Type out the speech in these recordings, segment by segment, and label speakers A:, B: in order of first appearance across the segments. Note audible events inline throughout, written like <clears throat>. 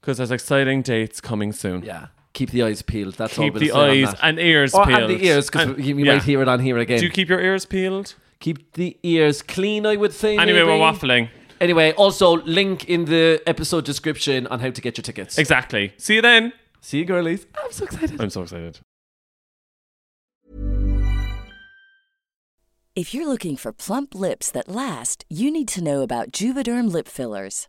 A: because there's exciting dates coming soon.
B: yeah, keep the eyes peeled. That's all
A: Keep
B: we'll
A: the
B: say on
A: eyes
B: that.
A: and ears
B: or
A: peeled.
B: and the ears because
A: And-
B: you, you
A: yeah.
B: might hear it on here again.
A: Do you keep your ears peeled?
B: keep the ears clean, I would say.
A: Anyway,
B: maybe.
A: we're waffling.
B: Anyway, also link in the episode description on how to get your tickets.
A: Exactly. See you then.
B: See you, girlies. I'm so excited.
A: I'm so excited.
C: If you're looking for plump lips that last, you need to know about Juvederm lip fillers.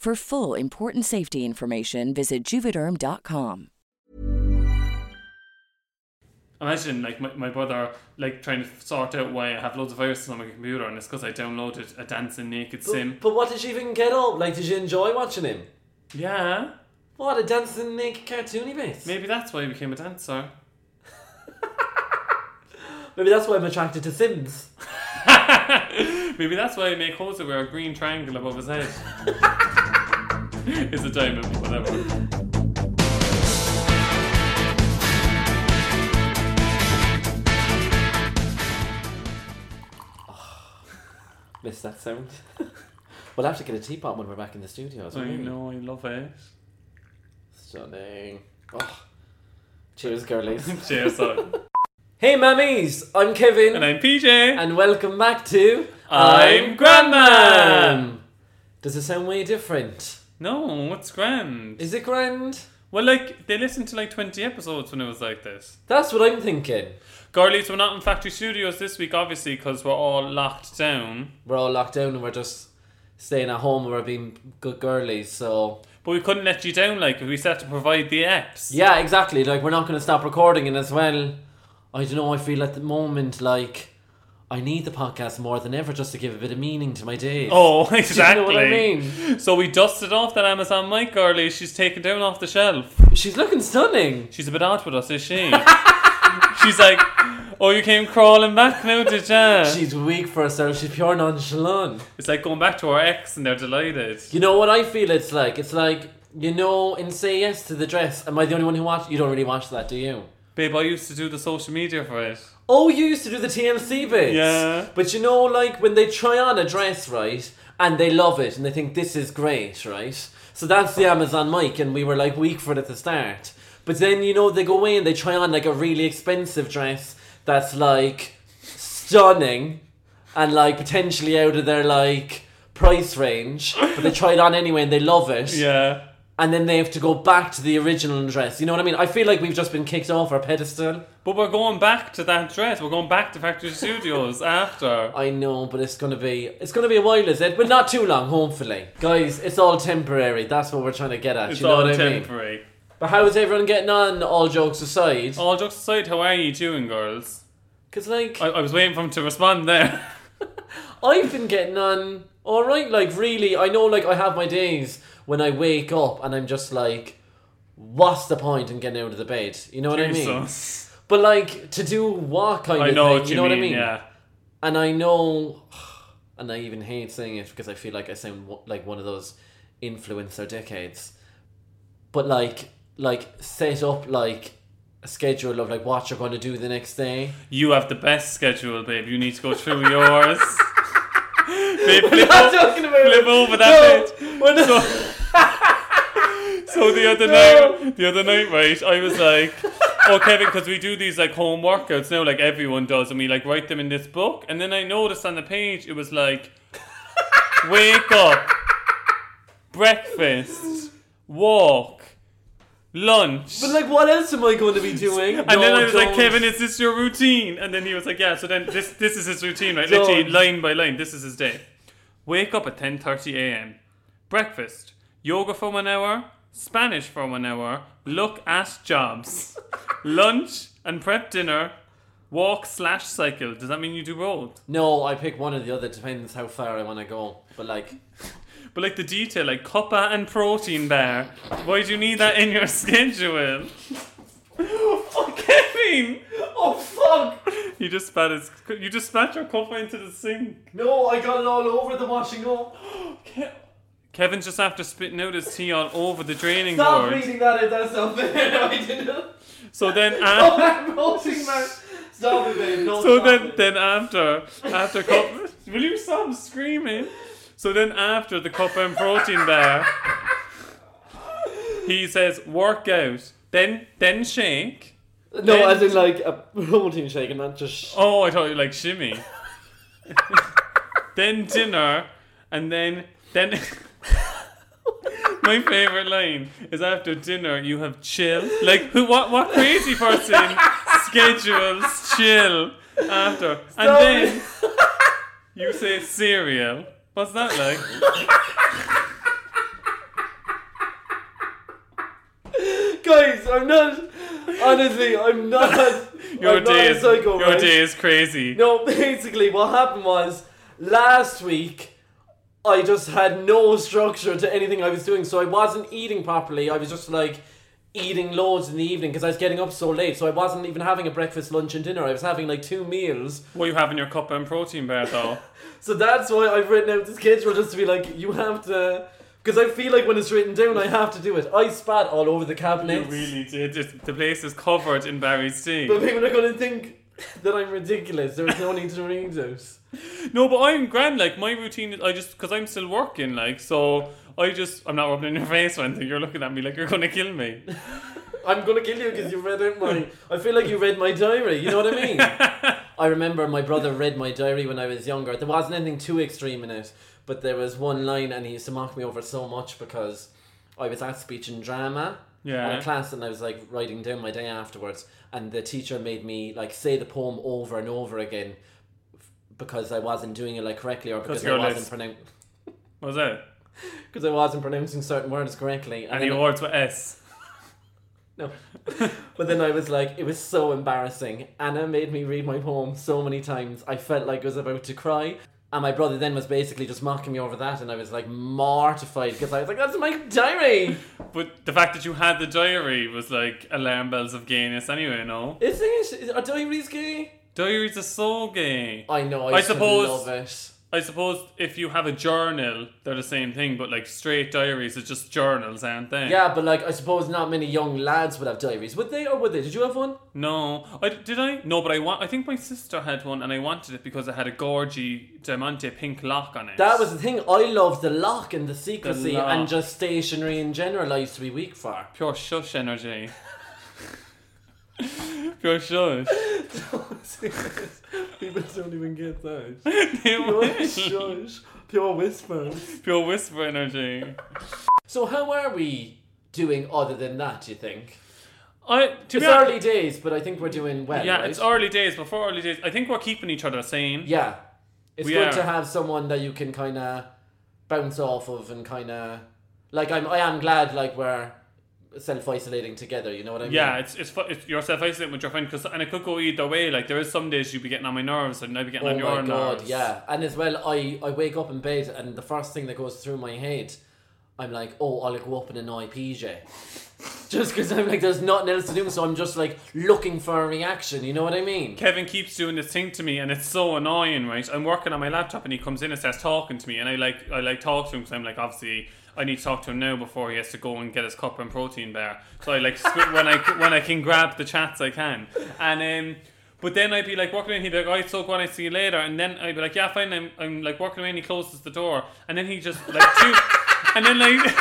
C: For full important safety information, visit juvederm.com.
D: Imagine like my, my brother like trying to sort out why I have loads of viruses on my computer and it's because I downloaded a dancing naked sim.
B: But what did you even get up? Like, did you enjoy watching him?
D: Yeah,
B: What a dancing naked cartoony bit.
D: maybe that's why I became a dancer.
B: Maybe that's why I'm attracted to Sims.
D: Maybe that's why I make Jose wear a green triangle above
B: <laughs>
D: his head. it's a diamond, whatever.
B: Miss that sound. <laughs> we'll have to get a teapot when we're back in the studio. as
D: I
B: well.
D: know, I
B: <laughs>
D: love it.
B: Stunning. Oh. Cheers, girlies.
D: Cheers, son.
B: hey, mammies. I'm Kevin.
D: And I'm PJ.
B: And welcome back to
D: I'm Grandman.
B: Does it sound way different?
D: No, what's grand?
B: Is it grand?
D: Well, like, they listened to like 20 episodes when it was like this.
B: That's what I'm thinking.
D: Girlies, we're not in Factory Studios this week, obviously, because we're all locked down.
B: We're all locked down and we're just staying at home and we're being good girlies, so
D: But we couldn't let you down, like, we set to provide the apps.
B: Yeah, exactly. Like we're not gonna stop recording and as well I don't know, I feel at the moment like I need the podcast more than ever just to give a bit of meaning to my days.
D: Oh, <laughs>
B: Do you know
D: exactly.
B: what I mean?
D: So we dusted off that Amazon mic, girlie. She's taken down off the shelf.
B: She's looking stunning.
D: She's a bit odd with us, is she? <laughs> She's like, oh, you came crawling back now, did ya?
B: She's weak for herself, she's pure nonchalant.
D: It's like going back to our ex and they're delighted.
B: You know what I feel it's like? It's like, you know, in Say Yes to the Dress, am I the only one who watched? You don't really watch that, do you?
D: Babe, I used to do the social media for it.
B: Oh, you used to do the TLC bits.
D: Yeah.
B: But you know, like, when they try on a dress, right, and they love it and they think this is great, right? So that's the Amazon mic, and we were like weak for it at the start. But then, you know, they go away and they try on like a really expensive dress that's like stunning and like potentially out of their like price range, but they try it on anyway and they love it
D: <laughs> Yeah.
B: and then they have to go back to the original dress. You know what I mean? I feel like we've just been kicked off our pedestal.
D: But we're going back to that dress. We're going back to
B: <laughs>
D: Factory Studios after.
B: I know, but it's gonna be it's gonna be a while, is it? But not too long, hopefully. Guys, it's all temporary. That's what we're trying to get at.
D: It's
B: you know
D: all
B: what I mean?
D: temporary.
B: But how is everyone getting on? All jokes aside,
D: All jokes aside, how are you doing, girls?
B: because like
D: I, I was waiting for him to respond there.
B: I've been getting on all right, like really, I know, like I have my days when I wake up and I'm just like, what's the point in getting out of the bed? You know what
D: <laughs>
B: I mean?
D: Jesus.
B: But like to do what kind
D: I
B: of
D: know
B: thing,
D: what you,
B: you know
D: mean,
B: what I mean?
D: Yeah.
B: And I know, <sighs> and I even hate saying it because I feel like I sound wo- like one of those influencer dickheads. But like, like set up like a schedule of like what you're going to do the next
D: <laughs>
B: day.
D: You have the best schedule, babe. You need to go through yours.
B: <laughs>
D: babe, flip,
B: Not
D: o-
B: talking about
D: flip
B: it.
D: over that page.
B: No, we're not-
D: <laughs> So the other
B: No.
D: night, the other night, right? I was like, "Oh, Kevin, because we do these like home workouts now, like everyone does, and we like write them in this book." And then I noticed on the page it was like, "Wake up, breakfast, walk, lunch."
B: But like, what else am I going
D: <laughs>
B: to be doing?
D: and then I was like, "Kevin, is this your routine?" And then he was like, "Yeah." So then this this is his routine, right? Literally
B: Don't.
D: line by line, this is his day. Wake up at ten thirty a.m. Breakfast, yoga for one hour, Spanish for one hour. Look at jobs, lunch and prep dinner, walk slash cycle. Does that mean you do both?
B: no, I pick one or the other. Depends how far I want to go. But like,
D: But like the detail, like cuppa and protein bar. Why do you need that in your <laughs> schedule? oh, Kevin!
B: oh fuck!
D: You just spat his, you just spat your coffee into the sink.
B: No, I got it all over the washing
D: <gasps>
B: up.
D: Ke- Kevin's just after spitting out his tea all over the draining
B: Stop
D: board.
B: reading that. If that's not fair, <laughs> I didn't.
D: So then,
B: Oh,
D: af-
B: I'm roasting my. Stop it, babe. No,
D: so
B: stop
D: then,
B: it.
D: then after, after cup, will you stop screaming? So then, after the cup and protein bar, he says work out, then then shake.
B: no,
D: then-
B: as in like a protein shake and not just. Sh-
D: Oh, I thought you like shimmy.
B: <laughs>
D: then dinner, and then then. <laughs> My favorite line is after dinner you have chill. Like who? What? What crazy person schedules chill after? And
B: Stop
D: then you say cereal. What's that like?
B: Guys, I'm not. Honestly, I'm not.
D: Your
B: I'm
D: day
B: not a
D: is
B: psycho,
D: your
B: right?
D: day is crazy.
B: No, basically, what happened was last week I just had no structure to anything I was doing, so I wasn't eating properly. I was just like eating loads in the evening because I was getting up so late, so I wasn't even having a breakfast, lunch, and dinner. I was having like two meals.
D: What you have in your cup and protein bar though?
B: So that's why I've written out the schedule just to be like, you have to. Because I feel like when it's written down, I have to do it. I spat all over the
D: you
B: cabinet.
D: really did. It- the place is covered in Barry's tea.
B: But people are going to think that I'm ridiculous. There was no need to read those.
D: No, but I'm grand. Like my routine, is I just because I'm still working. Like so, I just I'm not rubbing in your <laughs> face or anything. You're looking at me like you're gonna kill me.
B: I'm gonna kill you because you read out my. I feel like you read my diary. You know what I <laughs> mean? I remember my brother read my diary when I was younger. There wasn't anything too extreme in it, but there was one line, and he used to mock me over so much because I was at speech and drama.
D: Yeah.
B: On a class, and I was like writing down my day afterwards, and the teacher made me like say the poem over and over again f- because I wasn't doing it like correctly or because I
D: you're
B: wasn't
D: less-
B: pronouncing
D: What was that?
B: because I wasn't pronouncing certain words correctly. And
D: And he
B: then I-
D: awards with S.
B: No. but then I was like, it was so embarrassing. Anna made me read my poem so many times. I felt like I was about to cry. And my brother then was basically just mocking me over that, and I was like mortified because I was like, that's my diary.
D: But the fact that you had the diary was like alarm bells of gayness. Anyway, no
B: Isn't it? Is, are diaries gay?
D: diaries are so gay.
B: I know, I,
D: I
B: used to
D: suppose-
B: love it.
D: I suppose if you have a journal, they're the same thing. But like straight diaries are just journals, aren't they?
B: Yeah, but like, I suppose not many young lads would have diaries. Would they or would they? Did you have one?
D: No, I did I no, but I want. I think my sister had one, and I wanted it because it had a gorgy diamante pink lock on it.
B: That was the thing. I loved the lock and the secrecy
D: lock.
B: and just stationery in general. I used to be weak for. <laughs>
D: Pure shush energy. Pure shush.
B: People don't even get that.
D: They
B: Pure <laughs>
D: will.
B: shush, pure whispers.
D: Pure whisper energy.
B: So how are we doing other than that, do you think?
D: I, to
B: It's
D: be honest-
B: early days, but I think we're doing well,
D: yeah,
B: right?
D: it's early days. Before early days, I think we're keeping each other sane.
B: yeah. It's
D: We
B: good
D: are.
B: to have someone that you can kind of bounce off of and kind of... Like, I'm, I am glad, like, we're self isolating together. You know what I mean?
D: Yeah, it's it's, fu- it's you're self isolating with your friend 'cause- and it could go either way. Like there is some days you'd be getting on my nerves and I'd be getting
B: Oh
D: on your
B: my god,
D: nerves.
B: yeah. And as well, I, I wake up in bed and the first thing that goes through my head, I'm like, oh, I'll go up and annoy PJ. <laughs> Just because I'm like, there's nothing else to do, so I'm just like looking for a reaction, you know what I mean?
D: Kevin keeps doing this thing to me, and it's so annoying, right? I'm working on my laptop, and he comes in and starts talking to me, and I like I like talk to him because I'm like obviously I need to talk to him now before he has to go and get his cup and protein bar. So I like squ- when I when I can grab the chats I can, and um. But then I'd be like walking in, he'd be like, alright, so go on, I see you later. And then I'd be like, yeah, fine, I'm, I'm like walking away and he closes the door. And then he just, like, two, and then like,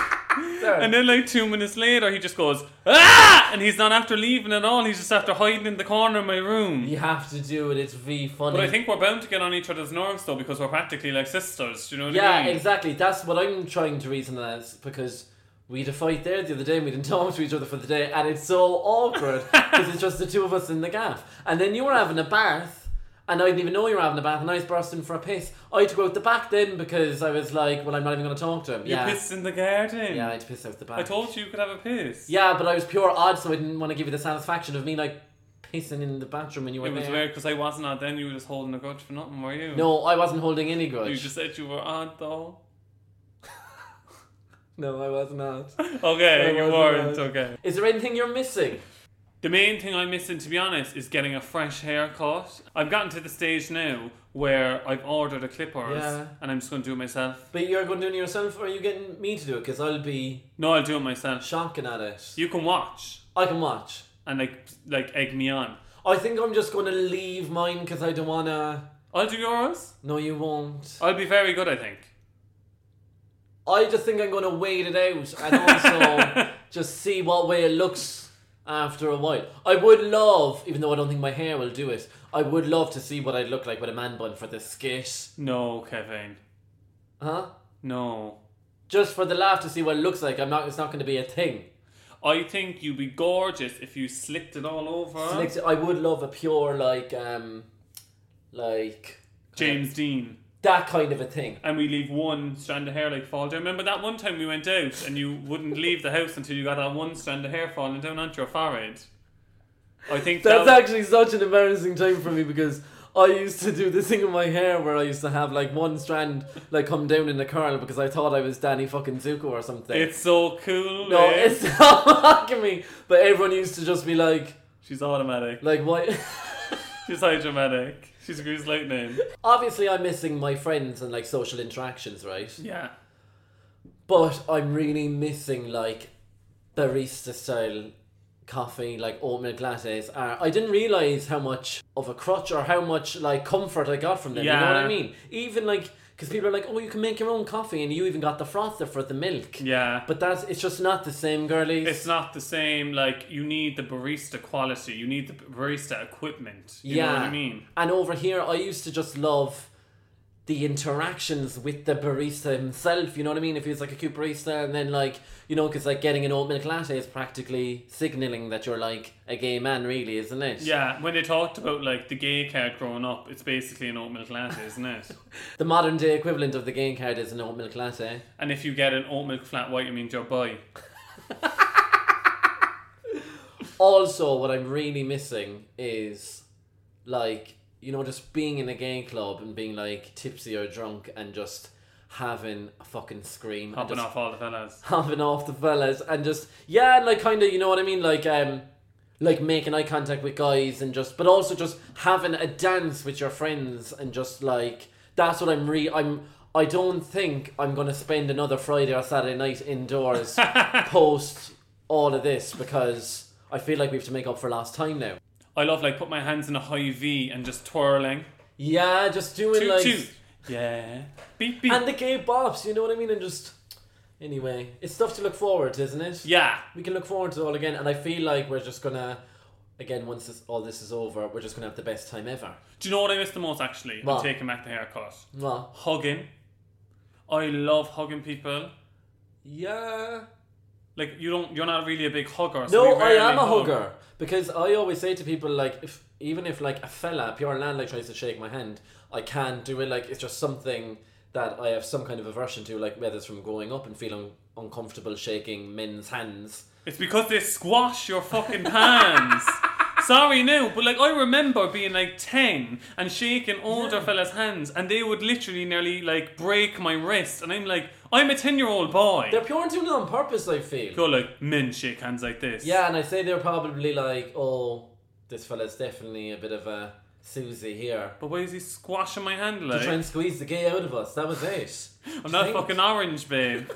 D: And then, like two minutes later, he just goes ah, and he's not after leaving at all. He's just after hiding in the corner of my room.
B: You have to do it, it's V funny.
D: But I think we're bound to get on each other's nerves though, because we're practically like sisters. Do you know what I
B: yeah,
D: mean?
B: exactly. That's what I'm trying to reason as because we had a fight there the other day and we didn't <laughs> talk to each other for the day and it's so
D: <laughs>
B: awkward because it's just the two of us in the gaff. And then you were having a bath and I didn't even know you were having a bath and I was bursting for a piss. I had to go out the back then because I was like, well, I'm not even going to talk to him.
D: You
B: yeah.
D: pissed in the garden.
B: yeah, I had to piss out the back.
D: I told you you could have a piss.
B: yeah, but I was pure odd so I didn't want to give you the satisfaction of me like pissing in the bathroom when you were
D: It was
B: there.
D: weird because I wasn't on then. You were just holding a grudge for nothing, were you?
B: No, I wasn't holding any grudge.
D: You just said you were on though.
B: No, I was not.
D: Okay,
B: I
D: you
B: wasn't
D: weren't.
B: on.
D: Okay.
B: Is there anything you're missing?
D: The main thing I'm missing, to be honest, is getting a fresh haircut. I've gotten to the stage now where I've ordered a clippers
B: Yeah.
D: and I'm just going to do it myself.
B: But you're going to do it yourself, or are you getting me to do it? Because I'll be
D: No, I'll do it myself.
B: shocking at it.
D: You can watch
B: I can watch.
D: and like like egg me on.
B: I think I'm just going to leave mine because I don't want to.
D: I'll do yours.
B: No, you won't.
D: I'll be very good, I think.
B: I just think I'm going to wait it out and also just see what way it looks after a while. I would love, even though I don't think my hair will do it, I would love to see what I'd look like with a man bun for the skit.
D: No, Kevin.
B: Huh?
D: No.
B: Just for the laugh to see what it looks like. I'm not. It's not going to be a thing.
D: I think you'd be gorgeous if you slicked it all over.
B: Next, I would love a pure like, um, like
D: James Dean.
B: that kind of a thing.
D: And we leave one strand of hair like fall down. Remember that one time we went out and you wouldn't leave the house until you got that one strand of hair falling down onto your forehead? I think
B: That's
D: that,
B: actually such an embarrassing time for me because I used to do this thing in my hair where I used to have like one strand like come down in a curl because I thought I was Danny fucking Zuko or something.
D: It's so cool.
B: no,
D: eh?
B: it's <laughs> not mocking me. But everyone used to just be like,
D: She's automatic.
B: like why? <laughs>
D: She's high dramatic. She's a Grease Lightning.
B: Obviously, I'm missing my friends and like social interactions, right?
D: Yeah.
B: But I'm really missing like barista style coffee, like oat milk lattes. Are. I didn't realize how much of a crutch or how much like comfort I got from them. You know what I
D: Yeah.
B: mean? Even like because people are like, oh, you can make your own coffee, and you even got the frother for the milk.
D: Yeah.
B: But that's it's just not the same, girlies.
D: it's not the same. Like, you need the barista quality. You need the barista equipment. You know what I mean?
B: And over here, I used to just love the interactions with the barista himself. You know what I mean? If he was like a cute barista, and then like you know, because like getting an oat milk latte is practically signaling that you're like a gay man, really, isn't it?
D: Yeah, when they talked about like the gay card growing up, it's basically an oat milk latte, isn't
B: <laughs>
D: it?
B: The modern day equivalent of the gay card is an oat milk latte.
D: and if you get an oat milk flat white, it means you're bi.
B: Also, what I'm really missing is like you know just being in a gay club and being like tipsy or drunk and just having a fucking scream and
D: Hopping
B: just
D: off all the fellas.
B: having off the fellas and just yeah and like kind of you know what I mean like um like making eye contact with guys and just but also just having a dance with your friends and just like that's what I'm re I'm I don't think I'm gonna spend another Friday or Saturday night indoors post all of this because I feel like we have to make up for lost time now.
D: I love like put my hands in a high V and just twirling.
B: Yeah, just doing
D: Toot
B: like
D: toot. Yeah. Beep beep.
B: and the gay bops, you know what I mean, and just anyway, it's stuff to look forward, to, isn't it?
D: yeah.
B: we can look forward to it all again and i feel like we're just gonna again once this, all this is over we're just gonna have the best time ever
D: Do you know what I miss the most actually?
B: What?
D: I'm taking back the haircut.
B: well
D: Hugging. I love hugging people.
B: yeah
D: Like you don't you're not really a big hugger. So
B: no
D: we
B: i
D: rarely
B: am a
D: hug.
B: hugger because i always say to people like if even if like a fella pure land like tries to shake my hand i can't do it like it's just something that I have some kind of aversion to, like whether it's from going up and feeling uncomfortable shaking men's hands.
D: It's because they squash your fucking hands.
B: <laughs>
D: Sorry, no, but like I remember being like 10 and shaking older fellas' hands, and they would literally nearly like break my wrist. And I'm like, I'm a 10 year old boy.
B: They're pure and doing it on purpose, I feel.
D: Go like, men shake hands like this.
B: Yeah, and I say they're probably like, oh, this fella's definitely a bit of a Susie here.
D: But why is he squashing my hand
B: To try
D: like?
B: and squeeze the gay out of us. That was it.
D: I'm not
B: Think.
D: fucking orange, babe.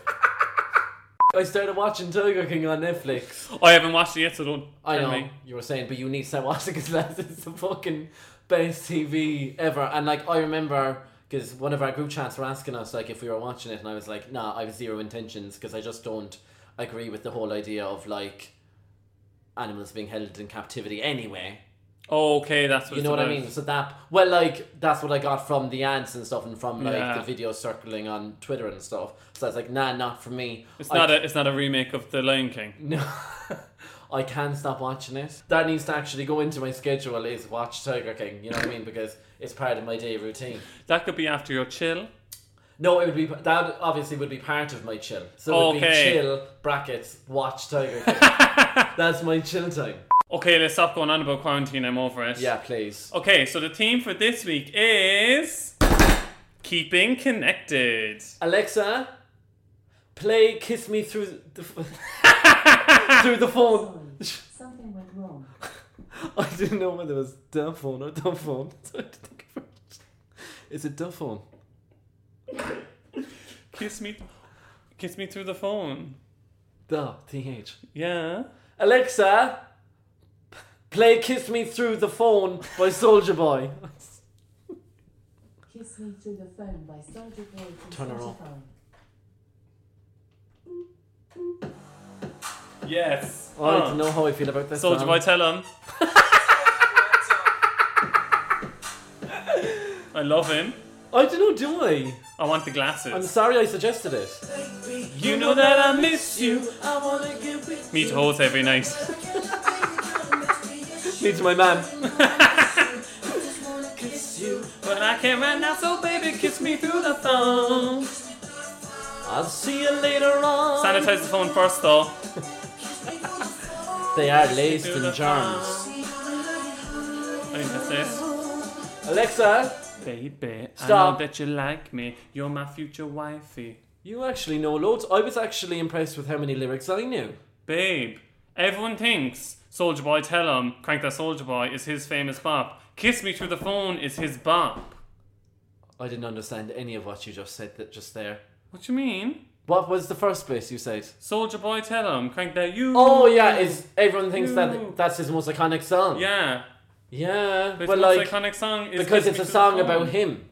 D: <laughs>
B: I started watching Tiger King on Netflix.
D: I haven't watched it yet, so don't
B: I
D: tell
B: know
D: me.
B: you were saying, but you need to start watching because <laughs> that is the fucking best TV ever. And like I remember, because one of our group chats were asking us like if we were watching it, and I was like, nah, I have zero intentions because I just don't agree with the whole idea of like animals being held in captivity anyway.
D: Okay, that's what
B: You
D: it's
B: know what I
D: about.
B: mean? So that well, like that's what I got from the ads and stuff, and from like
D: Yeah.
B: the videos circling on Twitter and stuff. So I was like, nah, not for me.
D: It's
B: I
D: not a it's not a remake of The Lion King.
B: <laughs> No, I can't stop watching it. That needs to actually go into my schedule is watch Tiger King. You know what I mean? Because it's part of my day routine.
D: That could be after your chill.
B: No, it would be that obviously would be part of my chill. So it would
D: Okay.
B: be chill brackets watch Tiger
D: <laughs>
B: King. That's my chill time.
D: Okay, let's stop going on about quarantine. I'm over it.
B: Yeah, please.
D: Okay, so the theme for this week is keeping connected.
B: Alexa, play "Kiss Me Through the F- Through the Phone."
E: Something went wrong.
B: I didn't know whether it was dumb phone or dumb phone. <laughs> So I had to think about it. Is it dumb phone?
D: Kiss me, kiss me through the phone.
B: The T H.
D: Yeah.
B: Alexa, play Kiss Me Through the Phone by Soldier Boy.
E: Kiss Me Through the Phone by Soldier Boy from
B: Turn her off.
E: Spotify.
D: Yes.
B: I don't know how I feel about this.
D: Soldier
B: song.
D: boy, tell <laughs> him. I love him.
B: I don't know, do I?
D: I want the glasses.
B: I'm sorry I suggested it.
D: you know that I miss you.
B: I wanna give it
D: Meet holes every night.
B: Needs my man. <laughs>
D: But I can't right now, so baby, kiss me through the phone.
B: I'll see you later on.
D: Sanitize the phone first, though.
B: They are laced in germs.
D: I think that's it.
B: Alexa,
D: Baby, I know
B: Stop.
D: that you like me. You're my future wifey.
B: you actually know loads. I was actually impressed with how many lyrics I knew.
D: Babe, everyone thinks Soldier Boy Tell 'em, Crank That Soldier Boy is his famous bop. Kiss Me Through the Phone is his bop.
B: I didn't understand any of what you just said that just there.
D: What you mean?
B: What was the first bit you said?
D: Soldier Boy Tell 'em, Crank That You.
B: Oh yeah, is everyone thinks
D: You.
B: that that's his most iconic song.
D: Yeah.
B: Yeah,
D: But
B: but like
D: iconic song is
B: because it's
D: Kiss Me
B: a
D: Through the
B: song
D: Phone.
B: about him,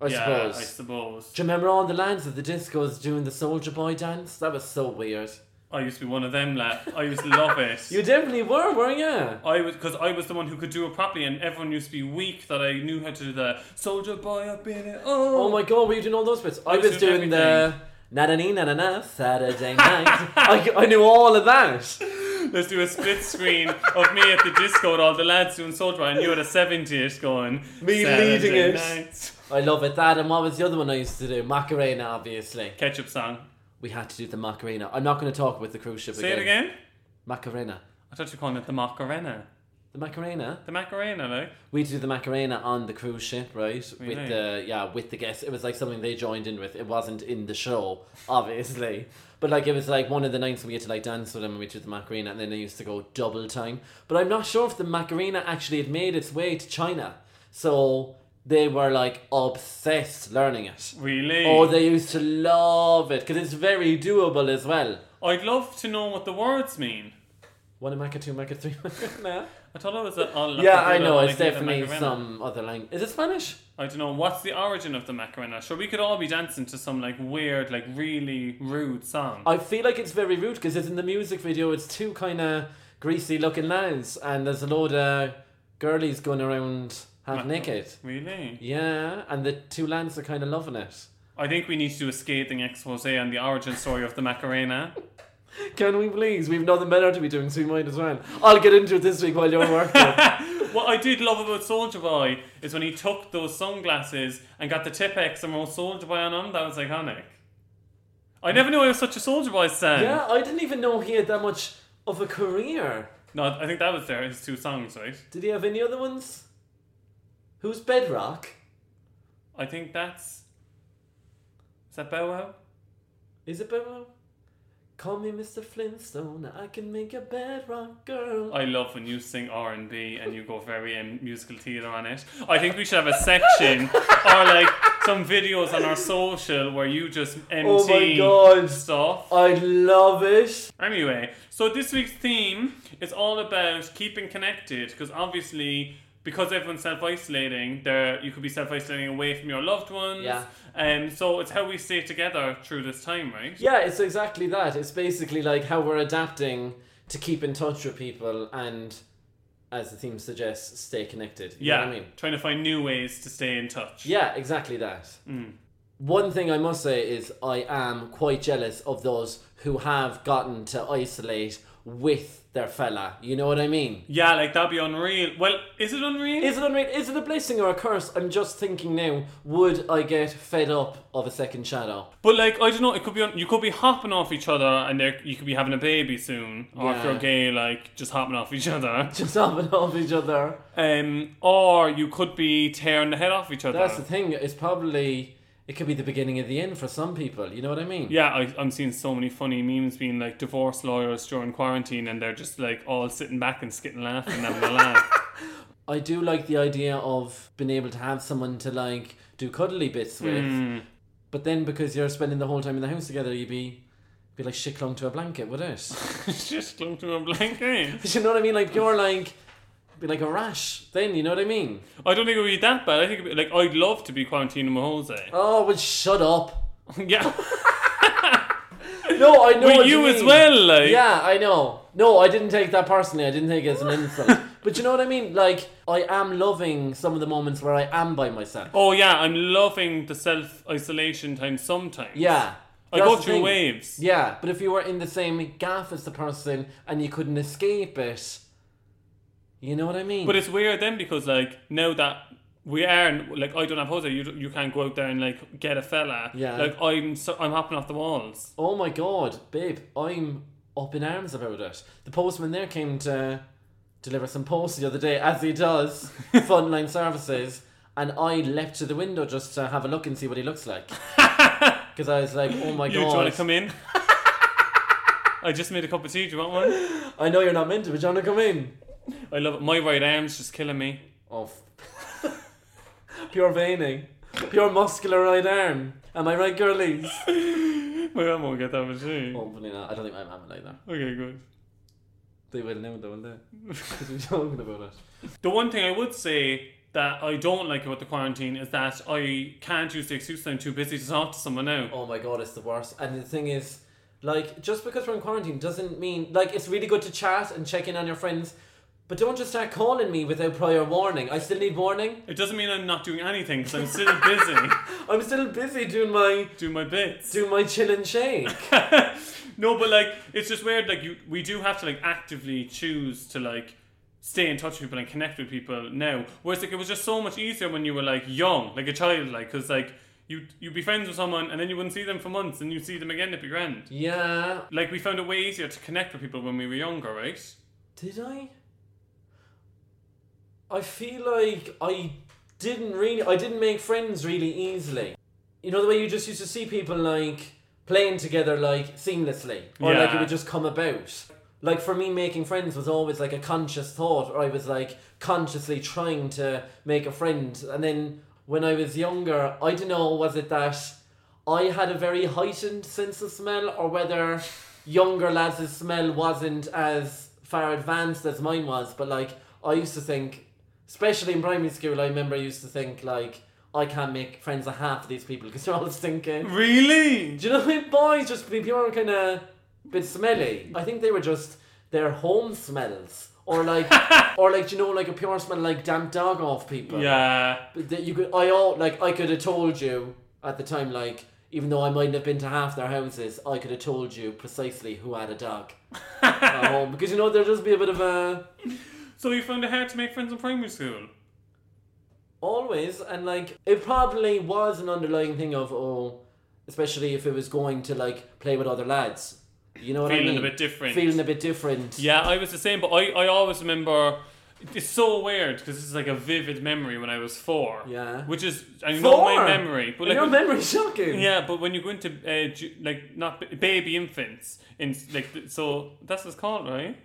B: I
D: Yeah,
B: suppose.
D: I suppose.
B: Do you remember all the lads of the discos doing the soldier boy dance? That was so weird.
D: I used to be one of them, lad. I used to love it.
B: <laughs> You definitely were, weren't you?
D: I was because I was the one who could do it properly, and everyone used to be weak that I knew how to do the soldier boy up in it. Oh,
B: Oh my god, were you doing all those bits? I
D: was
B: was,
D: doing
B: doing the na na na na na Saturday night. <laughs> I, I knew all of that.
D: Let's do a split screen of me at the disco with all the lads doing soldier boy, and you at a seventy-ish going.
B: Me
D: "Saturday
B: leading it."
D: night."
B: I love it. That and what was the other one I used to do? Macarena, obviously.
D: Ketchup song.
B: We had to do the Macarena. I'm not going to talk about the cruise ship
D: Say it again.
B: Macarena.
D: I thought you were calling it the Macarena.
B: The Macarena.
D: The Macarena, like.
B: we did the Macarena on the cruise ship, right?
D: Really?
B: With the yeah, with the guests. It was like something they joined in with. It wasn't in the show, <laughs> obviously. But like it was like one of the nights we had to like dance with them and we did the Macarena and then they used to go double time. But I'm not sure if the Macarena actually had made its way to China. So they were like obsessed learning it.
D: Really?
B: Oh, they used to love it because it's very doable as well.
D: I'd love to know what the words mean.
B: One a Maca, two Maca, three <laughs> Maca.
D: I thought it was a. I'll-
B: yeah, I know.
D: I'll
B: It's
D: give you the
B: definitely
D: Macarena.
B: some other language. Is it Spanish?
D: I don't know what's the origin of the Macarena. Sure, we could all be dancing to some like weird, like really rude song.
B: I feel like it's very rude because it's in the music video. It's two kind of greasy looking lads, and there's a load of girlies going around half naked.
D: Really?
B: Yeah, and the two lads are kind of loving it.
D: I think we need to do a scathing expose on the origin story of the Macarena.
B: Can we please? We've nothing better to be doing, so we might as well. I'll get into it this week while you're working.
D: What I did love about Soldier Boy is when he took those sunglasses and got the Tipex and wrote Soldier Boy on them. That was iconic. I never knew I was such a Soldier Boy fan.
B: Yeah, I didn't even know he had that much of a career.
D: No, I think that was there. His two songs, right?
B: Did he have any other ones? Who's Bedrock?
D: I think that's. Is that Bow Wow?
B: Is it Bedrock? Call me Mr. Flintstone. I can make a bedrock girl.
D: I love when you sing R and B and you go very um, musical theatre on it. I think we should have a section or like some videos on our social where you just
B: Oh my
D: MT
B: god.
D: stuff.
B: I love it.
D: Anyway, so this week's theme is all about keeping connected because obviously. Because everyone's self-isolating, there you could be self-isolating away from your loved ones.
B: Yeah.
D: Um, so it's how we stay together through this time, right?
B: Yeah, it's exactly that. It's basically like how we're adapting to keep in touch with people and, as the theme suggests, stay connected. You know
D: Yeah,
B: what I mean?
D: trying to find new ways to stay in touch.
B: Yeah, exactly that. One thing I must say is I am quite jealous of those who have gotten to isolate with their fella. You know what I mean?
D: Yeah, like that'd be unreal. Well, is it unreal?
B: Is it unreal? Is it a blessing or a curse? I'm just thinking now. Would I get fed up of a second shadow? <laughs>
D: but like I don't know, it could be un- you could be hopping off each other, and there you could be having a baby soon, or if
B: Yeah.
D: you're gay, like just hopping off each other.
B: Just off and off each other.
D: Um, or you could be tearing the head off each other.
B: That's the thing. It's probably it could be the beginning of the end for some people. You know what I mean?
D: yeah, I, I'm seeing so many funny memes being like divorce lawyers during quarantine, and they're just like all sitting back and skitting laughing and having a laugh.
B: I do like the idea of being able to have someone to like do cuddly bits with,
D: Hmm.
B: but then because you're spending the whole time in the house together, you'd be be like shit clung to a blanket, would it?
D: <laughs> <laughs>
B: <laughs>
D: just clung to a blanket.
B: you know what I mean? Like you're like be like a rash. Then you know what I mean?
D: I don't think it would be that bad. I think it'd be, like I'd love to be quarantining with
B: <laughs>
D: Jose.
B: Oh, well, shut up.
D: yeah.
B: No, I know.
D: With
B: what
D: you
B: mean.
D: as well, like.
B: Yeah, I know. No, I didn't take that personally. I didn't take it as an
D: <laughs>
B: insult. but you know what I mean? Like I am loving some of the moments where I am by myself.
D: Oh yeah, I'm loving the self isolation time sometimes.
B: Yeah.
D: I
B: That's
D: go
B: the
D: through
B: thing.
D: waves.
B: Yeah, but if you were in the same gaff as the person and you couldn't escape it, you know what I mean?
D: But it's weird then because like now that we are like I don't have Jose, you you can't go out there and like get a fella.
B: Yeah.
D: Like I'm so, I'm hopping off the walls.
B: oh my god, babe, I'm up in arms about it. The postman there came to deliver some post the other day, as he
D: <laughs>
B: does, Frontline Services, and I leapt to the window just to have a look and see what he looks
D: <laughs>
B: like. Because I was like, oh my
D: you do you want
B: god.
D: to come in? I just made a cup of tea. Do you want one?
B: I know you're not meant to, but do you want to come in?
D: I love it. My right arm's just killing me. <laughs>
B: Off. <laughs> Pure veining. Pure muscular right arm. Am I right,
D: <laughs>
B: girlies?
D: My mum won't get that much tea.
B: Hopefully not. I don't think my mum would like that.
D: Okay, good.
B: They will know, though, will they? Because we're talking about it.
D: The one thing I would say that I don't like about the quarantine is that I can't use the excuse that I'm too busy to talk to someone now.
B: Oh my god, it's the worst. And the thing is, like, just because we're in quarantine doesn't mean like it's really good to chat and check in on your friends, but don't just start calling me without prior warning. I still need warning.
D: It doesn't mean I'm not doing anything because I'm still <laughs> busy
B: I'm still busy doing my
D: doing my bits.
B: doing my chill and shake.
D: <laughs> no, but like it's just weird. Like you, we do have to like actively choose to like stay in touch with people and connect with people now. Whereas like it was just so much easier when you were like young, like a child, like because like you you'd be friends with someone and then you wouldn't see them for months and you'd see them again. It'd be grand.
B: yeah.
D: Like we found it way easier to connect with people when we were younger, right?
B: Did I? I feel like I didn't really. I didn't make friends really easily. You know the way you just used to see people like playing together like seamlessly, or like it
D: Yeah.
B: would just come about. Like for me, making friends was always like a conscious thought, or I was like consciously trying to make a friend. And then when I was younger, I don't know, was it that I had a very heightened sense of smell, or whether younger lads' smell wasn't as far advanced as mine was. But like, I used to think, especially in primary school, I remember I used to think like, I can't make friends with half of these people because they're all
D: Mm.
B: stinking.
D: Really?
B: Do you know what I mean? Boys just be pure kind of bit smelly. I think they were just their home smells. Or like, or like, do you know, like a pure smell, like damp dog off people
D: Yeah.
B: that you could I all like I could have told you at the time like even though I mightn't have been to half their houses I could have told you precisely who had a dog at home because you know there'd just be a bit of a
D: So you found it hard to make friends in primary school.
B: Always, and like, it probably was an underlying thing of, oh, especially if it was going to like play with other lads. You know what I
D: Feeling a
B: mean?
D: bit different.
B: Feeling a bit different.
D: Yeah, I was the same, but I, I always remember. It's so weird because this is like a vivid memory when I was four.
B: Yeah.
D: Which is I know
B: Four?
D: my memory, but like
B: Your
D: when-
B: memory's shocking.
D: yeah, but when you go into uh, ju- like not b- baby infants in like th- so that's what's called right?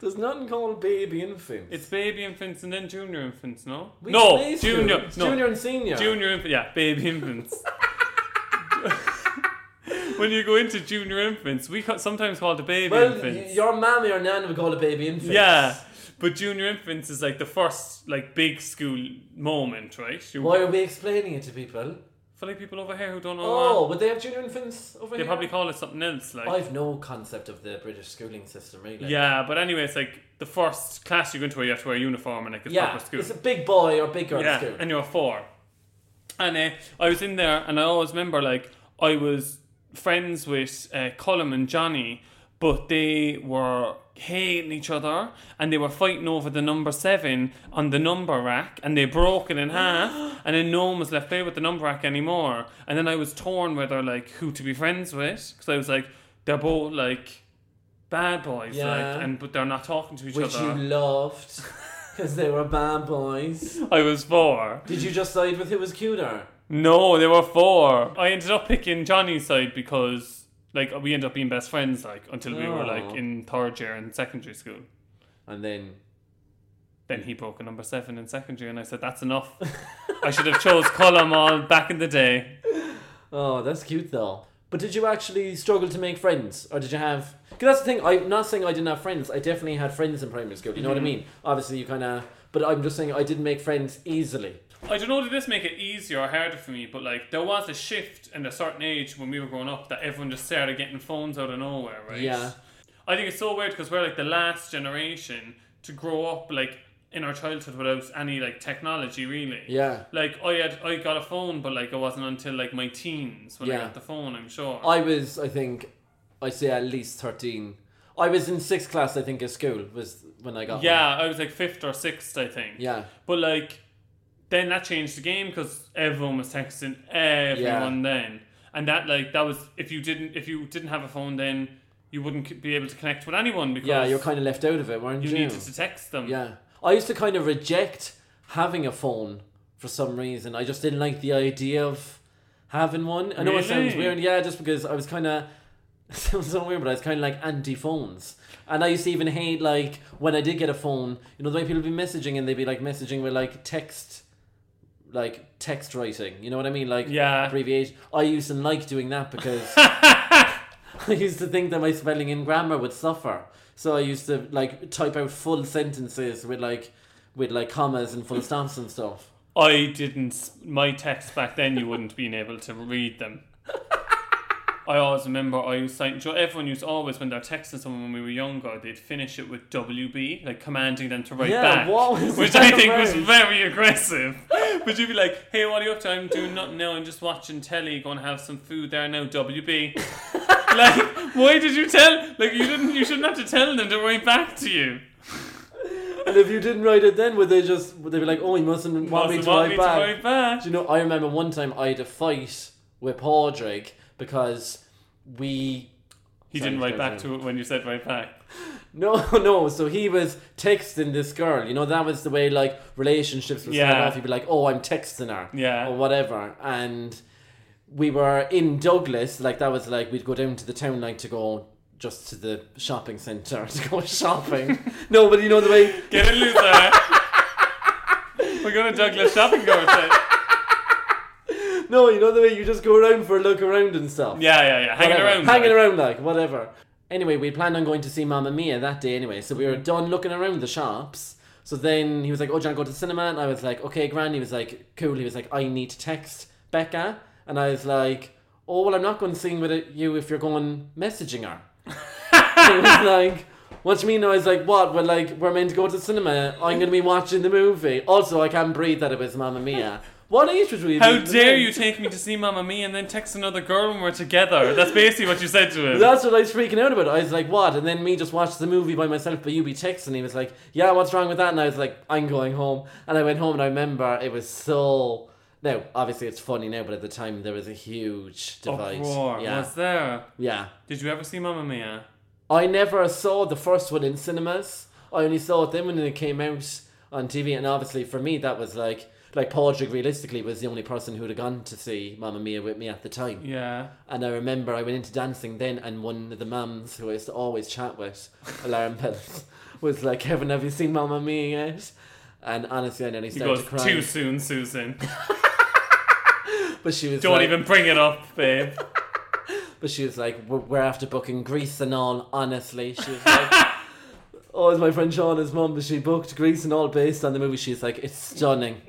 B: There's nothing called baby infants.
D: It's baby infants and then junior infants, no?
B: We
D: no,
B: raised
D: junior,
B: you.
D: no,
B: junior and senior.
D: Junior infant, yeah, baby
B: <laughs>
D: infants. <laughs> when you go into junior infants, we ca- sometimes call it a baby
B: Well,
D: infants.
B: y- your mammy or nan would call it baby infants.
D: Yeah, but junior infants is like the first like big school moment, right? You-
B: Why are we explaining it to people?
D: for like people over here who don't know,
B: Oh,
D: what,
B: would they have junior infants over
D: they
B: here?
D: probably call it something else. Like,
B: I've no concept of the British schooling system, really.
D: yeah, but anyway, it's like the first class you go into, where you have to wear a uniform and like it's
B: Yeah,
D: proper school.
B: it's a big boy or big girl
D: yeah,
B: school.
D: and you're four. And uh, I was in there, and I always remember like I was friends with uh, Colin and Johnny, but they were hating each other, and they were fighting over the number seven on the number rack, and they broke it in
B: <gasps>
D: half, and then no one was left there with the number rack anymore. And then I was torn whether like who to be friends with, because I was like they're both like bad boys,
B: Yeah.
D: like, and but they're not talking to each
B: which you
D: other. <laughs>
B: loved because they were bad boys.
D: I was four.
B: Did you just side with who was cuter?
D: No, there were four. I ended up picking Johnny's side because like we ended up being best friends like until we were like
B: Oh.
D: in third year in secondary school.
B: And then
D: Then he broke a number seven in secondary and I said, That's <laughs> enough. I should have chose Colum all back in the day.
B: Oh, that's cute though. But did you actually struggle to make friends, or did you have? Because that's the thing. I'm not saying I didn't have friends. I definitely had friends in primary school. You know what I
D: Mm-hmm.
B: mean? Obviously, you kind of. But I'm just saying I didn't make friends easily.
D: I don't know, did this make it easier or harder for me, but like there was a shift in a certain age when we were growing up that everyone just started getting phones out of nowhere, right?
B: Yeah.
D: I think it's so weird because we're like the last generation to grow up like in our childhood without any like technology really.
B: Yeah.
D: Like I had I got a phone but like it wasn't until like my teens when I
B: Yeah.
D: got the phone, I'm sure.
B: I was, I think, I'd say at least thirteen. I was in sixth class, I think, at school was when I got. one.
D: yeah, I was like fifth or sixth, I think.
B: Yeah.
D: But like, then that changed the game because everyone was texting everyone then, and that like that was if you didn't if you didn't have a phone then you wouldn't c- be able to connect with anyone because
B: Yeah, you're kind of left out of it, weren't
D: you
B: you?
D: needed to text them.
B: Yeah. I used to kind of reject having a phone for some reason. I just didn't like the idea of having one. I know it sounds
D: Really?
B: weird, yeah, just because I was kind of. <laughs> It sounds so weird, but I was kind of like anti phones. And I used to even hate, like, when I did get a phone, you know, the way people be messaging and they'd be like messaging with like text. Like text writing, you know what I mean? Like
D: Yeah.
B: abbreviation. I used to like doing that
D: <laughs>
B: because I used to think that my spelling and grammar would suffer. So I used to like type out full sentences with like with like commas and full stops and stuff.
D: I didn't. s- My texts back then, you wouldn't been able to
B: <laughs>
D: read them. I always remember I was like, Joe, everyone used always when they're texting someone when we were younger, they'd finish it with WB, like commanding them to write
B: Yeah,
D: back.
B: what was
D: which
B: that
D: I think was
B: about?
D: very aggressive. but you'd be like, hey, what are you up to? I'm doing nothing now, I'm just watching telly, going to have some food there
B: <laughs>
D: now, WB. like, why did you tell? Like, you didn't, you shouldn't have to tell them to write back to you.
B: And if you didn't write it then would they just would they be like, Oh he mustn't want me
D: Mustn't
B: to write
D: to
B: back?
D: write back.
B: Do you know I remember one time I had a fight with Padraig because we
D: He
B: Sorry,
D: didn't write
B: go
D: back
B: on.
D: to it when you said write back.
B: No, <laughs> no. So he was texting this girl. You know, that was the way like relationships were set
D: Yeah.
B: off. He'd be like, "Oh, I'm texting her,"
D: Yeah.
B: or whatever. And we were in Douglas. Like that was like we'd go down to the town like to go just to the shopping centre <laughs> to go
D: <laughs>
B: shopping. no, but you know the way.
D: Get it, loser. We're going to Douglas shopping go with it.
B: No, you know the way you just go around for a look around and stuff.
D: Yeah, yeah, yeah. Hanging
B: Whatever.
D: around.
B: hanging
D: like.
B: around like whatever. Anyway, we planned on going to see Mamma Mia that day anyway, so we were done looking around the shops. So then he was like, "Oh, do you want to go to the cinema?" And I was like, "Okay, Gran." He was like, "Cool." He was like, "I need to text Becca," and I was like, "Oh, well, I'm not going to sing with it- you if you're going messaging
D: <laughs>
B: her." he was like, "What do you mean?" I was like, "What? Well, like we're meant to go to the cinema. I'm going to be watching the movie. Also, I can't breathe that it was Mamma Mia." What age would we? have
D: How
B: even
D: dare
B: been?
D: you take me to see Mamma Mia and then text another girl when we're together? That's basically what you said to him.
B: That's what I was freaking out about. I was like, what? And then me just watched the movie by myself, but you be texting. He was like, yeah, what's wrong with that? And I was like, I'm going home. And I went home and I remember it was so. Now, obviously, it's funny now, but at the time, there was a huge divide.
D: Uproar
B: yeah.
D: was there.
B: Yeah.
D: Did you ever see Mamma Mia?
B: I never saw the first one in cinemas. I only saw it then when it came out on TV, and obviously for me that was like like Padraig realistically was the only person who'd have gone to see Mamma Mia with me at the time.
D: Yeah.
B: And I remember I went into dancing then, and one of the mums who I used to always chat with, Alarm Bells, <laughs> was like, "Kevin, have you seen Mamma Mia yet?" And honestly, I nearly
D: He
B: started
D: goes,
B: to cry.
D: too
B: <laughs>
D: soon, Susan.
B: But she was
D: Don't
B: like,
D: even bring it up, babe.
B: But she was like, "We're- we're after booking Greece and all, honestly. She was like, <laughs> oh, it's my friend Shauna's mum, but she booked Greece and all based on the movie. She's like, it's stunning.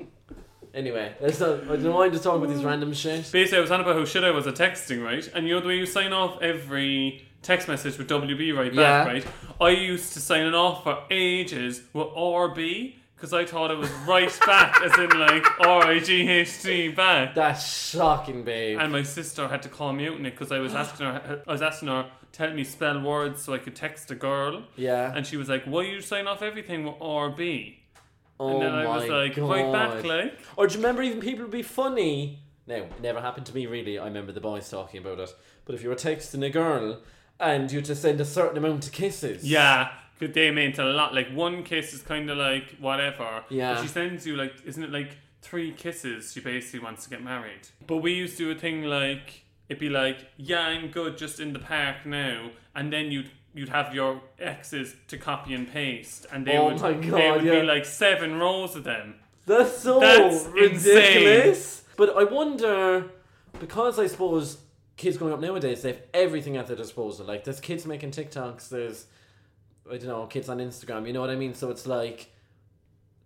B: Anyway, let's not, I don't mind just talking about these random shit.
D: Basically, I was on about how shit I was at texting, right? And you know the way you sign off every text message with WB right back,
B: Yeah.
D: right? I used to sign it off for ages with RB because I thought it was
B: <laughs>
D: right back, as in like R I G H T back.
B: That's shocking, babe.
D: And my sister had to call me out on it because I was asking her, I was asking her, tell me spell words so I could text a girl.
B: yeah.
D: And she was like, why you sign off everything with RB?
B: oh
D: And then I was
B: my
D: like,
B: God.
D: right back, like.
B: Or do you remember even people would be funny? No, it never happened to me really. I remember the boys talking about it. But if you were texting a girl and you had to send a certain amount of kisses.
D: Yeah, 'cause they meant a lot. Like one kiss is kind of like whatever.
B: Yeah.
D: But she sends you like, isn't it like three kisses? She basically wants to get married. But we used to do a thing like it'd be like, yeah, I'm good, just in the park now, and then you'd. You'd have your exes to copy and paste, and they
B: Oh
D: would
B: my
D: they
B: God,
D: would
B: yeah.
D: be like seven rows of them.
B: That's so
D: That's
B: ridiculous. But I wonder because I suppose kids growing up nowadays they have everything at their disposal. Like there's kids making TikToks, there's I don't know, kids on Instagram, you know what I mean? So it's like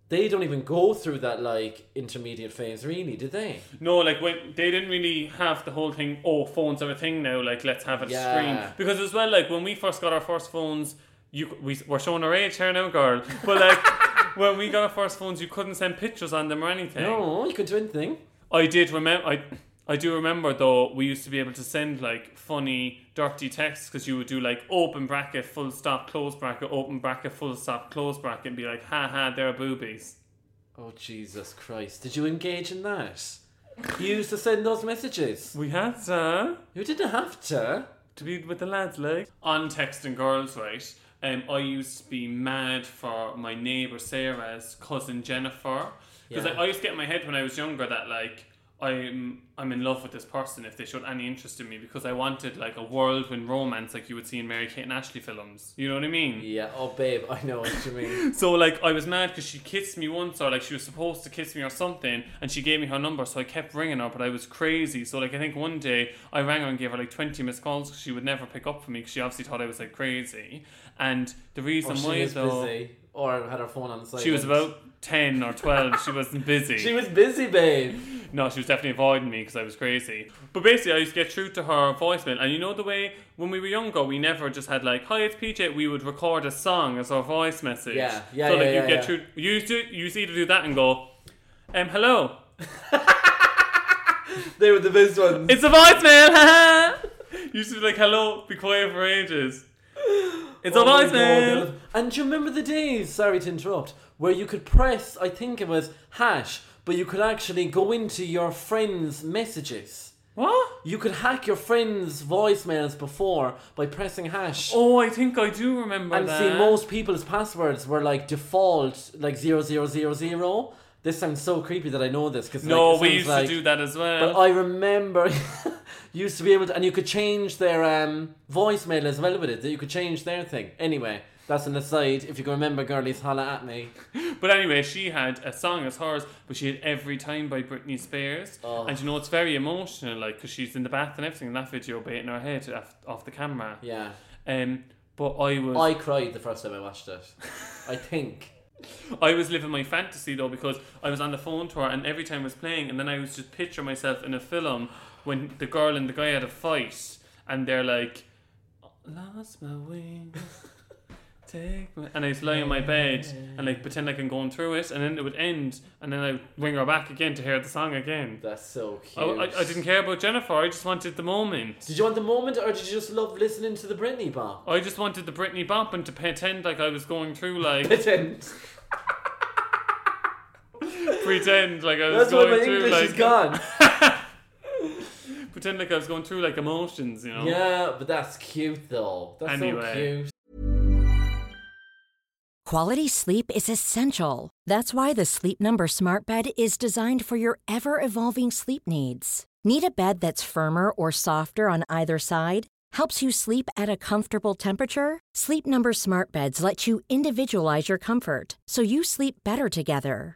B: they don't even go through that like intermediate phase really, do they?
D: No, like when they didn't really have the whole thing. Oh, phones are a thing now. Like let's have a
B: Yeah.
D: screen because as well. Like when we first got our first phones, you we we're showing our age here now, girl. <laughs> But like when we got our first phones, you couldn't send pictures on them or anything.
B: No, you could do anything.
D: I did remember. I I do remember though. We used to be able to send like funny, dirty texts because you would do like open bracket, full stop, close bracket, open bracket, full stop, close bracket, and be like, ha ha, they're boobies.
B: Oh Jesus Christ. Did you engage in that? You used to send those messages.
D: We had uh
B: You didn't have to.
D: to be with the lads, like on texting girls, right? Um, I used to be mad for my neighbour Sarah's cousin Jennifer because
B: Yeah.
D: like, I used to get in my head when I was younger that like I'm I'm in love with this person if they showed any interest in me because I wanted like a whirlwind romance like you would see in Mary Kate and Ashley films. You know what I mean?
B: Yeah, oh babe, I know what you
D: <laughs>
B: mean.
D: So like I was mad because she kissed me once, or like she was supposed to kiss me or something, and she gave me her number, so I kept ringing her, but I was crazy. So like I think one day I rang her and gave her like twenty missed calls 'cause she would never pick up for me because she obviously thought I was like crazy. And the reason
B: Or Oh, she
D: why
B: was
D: though
B: busy, or had her phone on silent.
D: she was about ten or twelve, she wasn't
B: <laughs>
D: busy.
B: She was busy, babe.
D: No, she was definitely avoiding me because I was crazy. But basically, I used to get through to her voicemail, and you know the way when we were younger, we never just had like "Hi, it's PJ." We would record a song as our voice message.
B: Yeah, yeah,
D: So
B: yeah,
D: like you
B: yeah,
D: get
B: yeah.
D: through, you used to you used to either do that and go, um, hello,
B: They were the best ones.
D: it's a voicemail. haha." you used to be like, hello, be quiet for ages. <laughs> It's a
B: Oh my
D: voicemail.
B: God. And do you remember the days, sorry to interrupt, where you could press, I think it was hash, but you could actually go into your friends' messages.
D: What?
B: You could hack your friends' voicemails before by pressing hash.
D: Oh, I think I do remember
B: and
D: that.
B: see, most people's passwords were like default, like 0000. This sounds so creepy that I know this. Cause
D: no,
B: like, it
D: we
B: sounds
D: used
B: like,
D: to do that as well.
B: But I remember <laughs> you used to be able to, and you could change their um, voicemail as well with it. That you could change their thing. Anyway, that's an aside. If you can remember, girlies, holla at me.
D: But anyway, she had a song as hers, but she had Every Time by Britney Spears. And you know, it's very emotional, like, because she's in the bath and everything in that video, biting her head off, off the camera.
B: Yeah,
D: Um, but I was
B: I cried the first time I watched it. I think.
D: I was living my fantasy though because I was on the phone to her and every time I was playing and then I was just picture myself in a film when the girl and
B: <laughs>
D: the guy had a fight and they're like lost my wings Take me. And I used to lie on my bed and like pretend like I'm going through it, and then it would end, and then I'd ring her back again to hear the song again.
B: That's so
D: I,
B: cute.
D: I, I didn't care about Jennifer, I just wanted the moment.
B: Did you want the moment, or did you just love listening to the Britney <laughs> bop?
D: I just wanted the Britney bop and to pretend like I was
B: <laughs>
D: going through, like,
B: Pretend.
D: pretend like I was
B: That's why
D: going
B: my
D: through,
B: English
D: like,
B: is gone.
D: pretend like I was going through, like, emotions, you know?
B: Yeah, but that's cute though. That's so
D: Anyway.
B: cute.
F: Quality sleep is essential. That's why the Sleep Number Smart Bed is designed for your ever evolving sleep needs. Need a bed that's firmer or softer on either side? Helps you sleep at a comfortable temperature? Sleep Number Smart Beds let you individualize your comfort so you sleep better together.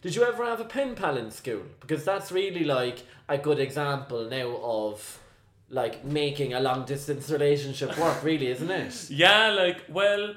B: Did you ever have a pen pal in school? Because that's really like a good example now of like making a long distance relationship work, really, isn't
D: <laughs>
B: it?
D: Yeah, like, well,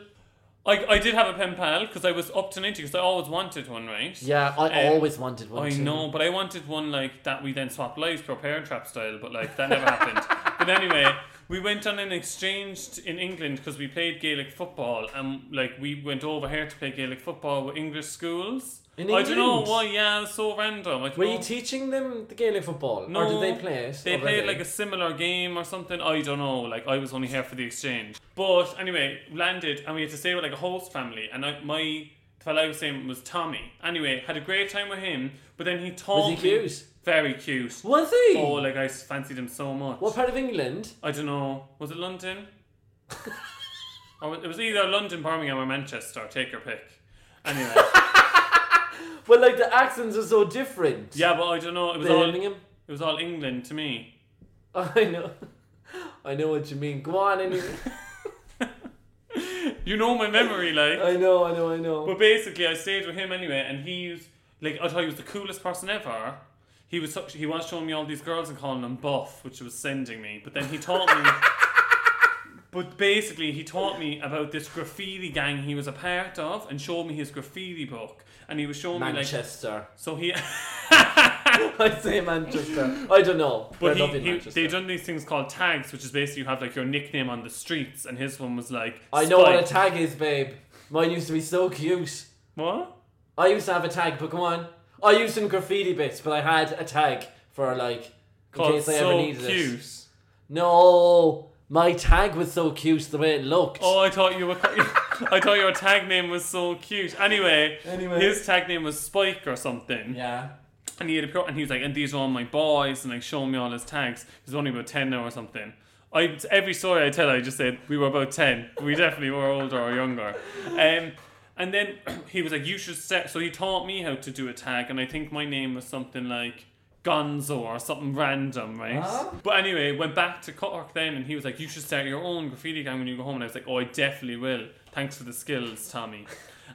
D: I, I did have a pen pal because I was up to 90 because I always wanted one, right?
B: Yeah, I
D: Um,
B: always wanted one.
D: I
B: too.
D: know, but I wanted one like that we then swapped lives, prepare trap style, but like that
B: <laughs>
D: never happened. But anyway, we went on an exchange t- in England because we played Gaelic football and like we went over here to play Gaelic football with English schools.
B: In
D: I don't know
B: England?
D: why, yeah, it was so random. I don't
B: Were
D: know.
B: you teaching them the Gaelic football, or did they play it?
D: They played
B: already?
D: like a similar game or something. I don't know. Like I was only here for the exchange. But anyway, landed and we had to stay with like a host family. And I, my the fella I was saying was Tommy. Anyway, had a great time with him. But then he told
B: he
D: me-
B: cute?
D: Very cute.
B: Was he?
D: Oh, like I s- fancied him so much.
B: what part of England?
D: I don't know. Was
B: <laughs>
D: it London? or was- it was either London, Birmingham, or Manchester. Take your pick.
B: <laughs>
D: Anyway,
B: Well, like the accents are so different.
D: yeah, but I don't know. It was all
B: Birmingham. <laughs>
D: it was all England to me.
B: I know. <laughs> I know what you mean. Go on,
D: <laughs>
B: anyway.
D: You know my memory, like.
B: I know, I know, I know.
D: But basically, I stayed with him anyway, and he was like, I thought he was the coolest person ever. He was such, he was showing me all these girls and calling them buff, which was sending me. But then he taught me.
B: <laughs>
D: But basically, he taught me about this graffiti gang he was a part of, and showed me his graffiti book. And he was showing me like,
B: Manchester. <laughs>
D: so he.
B: I say Manchester. I don't know.
D: But
B: I love
D: he,
B: in
D: he,
B: Manchester.
D: they done these things called tags, which is basically you have like your nickname on the streets, and his one was like.
B: I know what a
D: Spike.
B: tag is, babe. Mine used to be so cute.
D: What?
B: I used to have a tag, but come on. I used some graffiti bits, but I had a tag for like in
D: Called
B: case I
D: so
B: ever needed
D: cute.
B: it. No, my tag was so cute the way it looked.
D: Oh, I thought you were. <laughs> I thought your tag name was so cute. Anyway,
B: Anyway.
D: his tag name was Spike or something.
B: yeah.
D: And he had a pro- and he was like, and these are all my boys, and like showing me all his tags. He's only about ten now or something. I every story I tell, I just said we were about ten. We definitely were older or younger. Um, and then <clears throat> he was like, you should set. So he taught me how to do a tag, and I think my name was something like. Gonzo or something random, right?
B: Uh-huh.
D: But anyway, went back to Cork then, and he was like, "You should start your own graffiti gang when you go home." And I was like, "Oh, I definitely will. Thanks for the skills,
B: <laughs>
D: Tommy."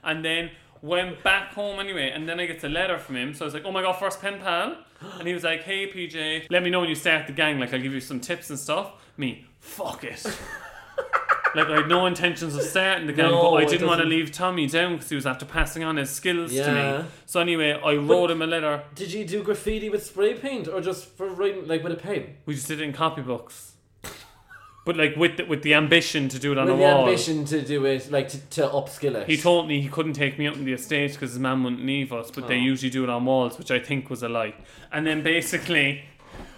D: and then went back home anyway, and then I get a letter from him. So I was like, "Oh my god, first pen pal," and he was like, "Hey, PJ, let me know when you start the gang. Like, I'll give you some tips and stuff." Me,
B: <laughs>
D: fuck it. Like I had no intentions of starting the gang,
B: No,
D: but I
B: it
D: didn't want to
B: doesn't-
D: leave Tommy down because he was after passing on his skills to
B: Yeah.
D: me. So anyway, I wrote him a letter.
B: Did you do graffiti with spray paint or just for writing like with a pen?
D: We just did it in copybooks. But like with the, with the ambition to do it on
B: With
D: a
B: the
D: wall.
B: ambition to do it, like to, to upskill it.
D: He told me he couldn't take me up on the estate because his man wouldn't leave us, but they usually do it on walls, which I think was a lie. And then basically,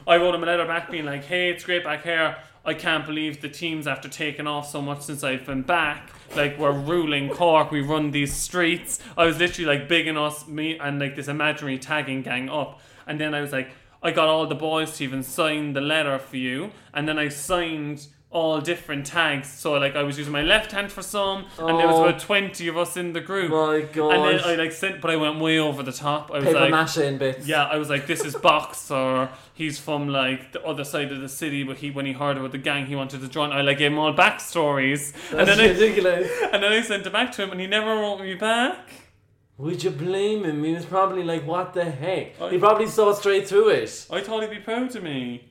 D: I wrote him a letter back being like, hey, it's great back here. I can't believe the teams after taking off so much since I've been back. Like we're ruling Cork, we run these streets. I was literally like bigging us, me and like this imaginary tagging gang up. And then I was like, I got all the boys to even sign the letter for you. And then I signed all different tags. So like I was using my left hand for some, and there was
B: Oh.
D: about twenty of us in the group.
B: My
D: And then
B: God.
D: I like sent, but I went way over the top. I was
B: Paper
D: like,
B: mache in bits. <laughs>
D: yeah, I was like, this is Box, or he's from like the other side of the city, but he when he heard about the gang, he wanted to join. I like gave him all backstories, and
B: That's
D: then I,
B: ridiculous.
D: and then I sent it back to him, and he never wrote me back.
B: Would you blame him? He was probably like, what the heck?
D: Oh,
B: He probably saw straight through it.
D: I thought he'd be proud
B: <laughs>
D: of me.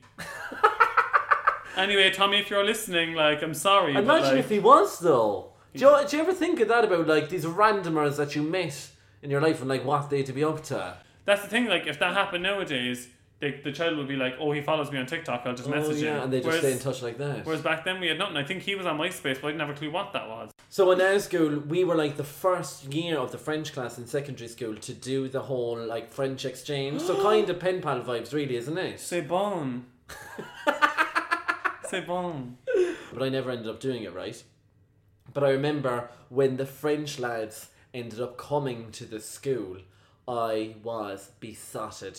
D: anyway, Tommy, if you're listening, like I'm sorry. but,
B: Imagine
D: like,
B: if he was, though. Do you, do you ever think of that about like these randomers that you met in your life and like what they to be up to?
D: that's the thing. Like if that happened nowadays, the, the child would be like, oh, he follows me on TikTok. I'll just
B: Oh,
D: message him.
B: yeah, and they just
D: whereas,
B: stay in touch like that.
D: Whereas back then we had nothing. I think he was on MySpace, but I didn't have a clue what that was.
B: So in our school, we were like the first year of the French class in secondary school to do the whole like French exchange.
D: <gasps>
B: so kind of pen pal vibes, really, isn't it?
D: C'est <laughs> bon. C'est bon.
B: But I never ended up doing it right. But I remember when the French lads ended up coming to the school, I was besotted.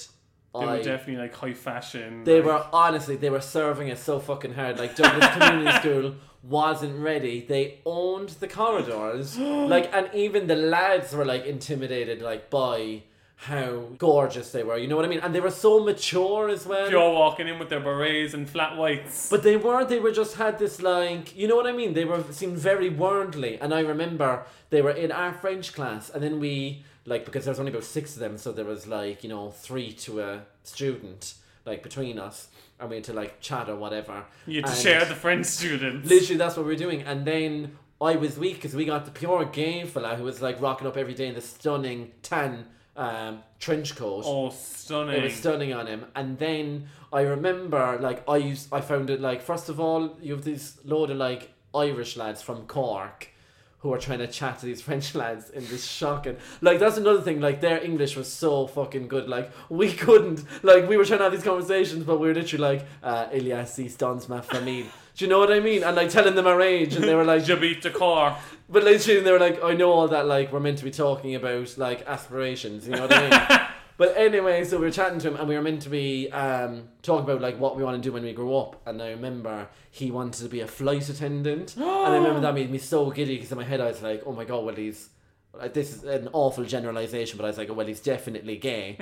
D: They
B: I,
D: were definitely like high fashion.
B: They
D: like-
B: were honestly, they were serving us so fucking hard. Like Douglas
D: <laughs>
B: Community School wasn't ready. They owned the
D: <gasps>
B: corridors. Like, and even the lads were like intimidated, like by how gorgeous they were. You know what I mean? And they were so mature as well.
D: You're walking in with their berets and flat whites.
B: But they were, they were just had this like, you know what I mean? They were seemed very worldly. And I remember they were in our French class, and then we like because there was only about six of them, so there was like you know three to a student like between us, and we had to like chat or whatever.
D: you had to
B: And
D: share the French students.
B: Literally, that's what we were doing, and then. I was weak because we got the pure gay fella who was like rocking up every day in the stunning tan um, trench coat.
D: Oh, stunning.
B: It was stunning on him. And then I remember, like, I used, I found it like, first of all, you have these load of like Irish lads from Cork who are trying to chat to these <laughs> French lads in this shocking. Like, that's another thing. Like, their English was so fucking good. Like, we <laughs> couldn't. Like, we were trying to have these conversations, but we were literally like, uh, il y a six dans ma famille. Do you know what I mean? And like telling them our age, and they were
D: <laughs>
B: like,
D: You beat the car.
B: but literally, they were like, I know all that, like, we're meant to be talking about, like, aspirations, you know what I mean? but anyway, so we were chatting to him and we were meant to be um, talking about, like, what we want to do when we grow up. And I remember he wanted to be a flight attendant. and
D: <gasps>
B: I remember that made me so giddy because in my head I was like, oh my god, well, he's. Like, this is an awful generalization, but I was like, oh, well, he's definitely
D: <laughs>
B: gay.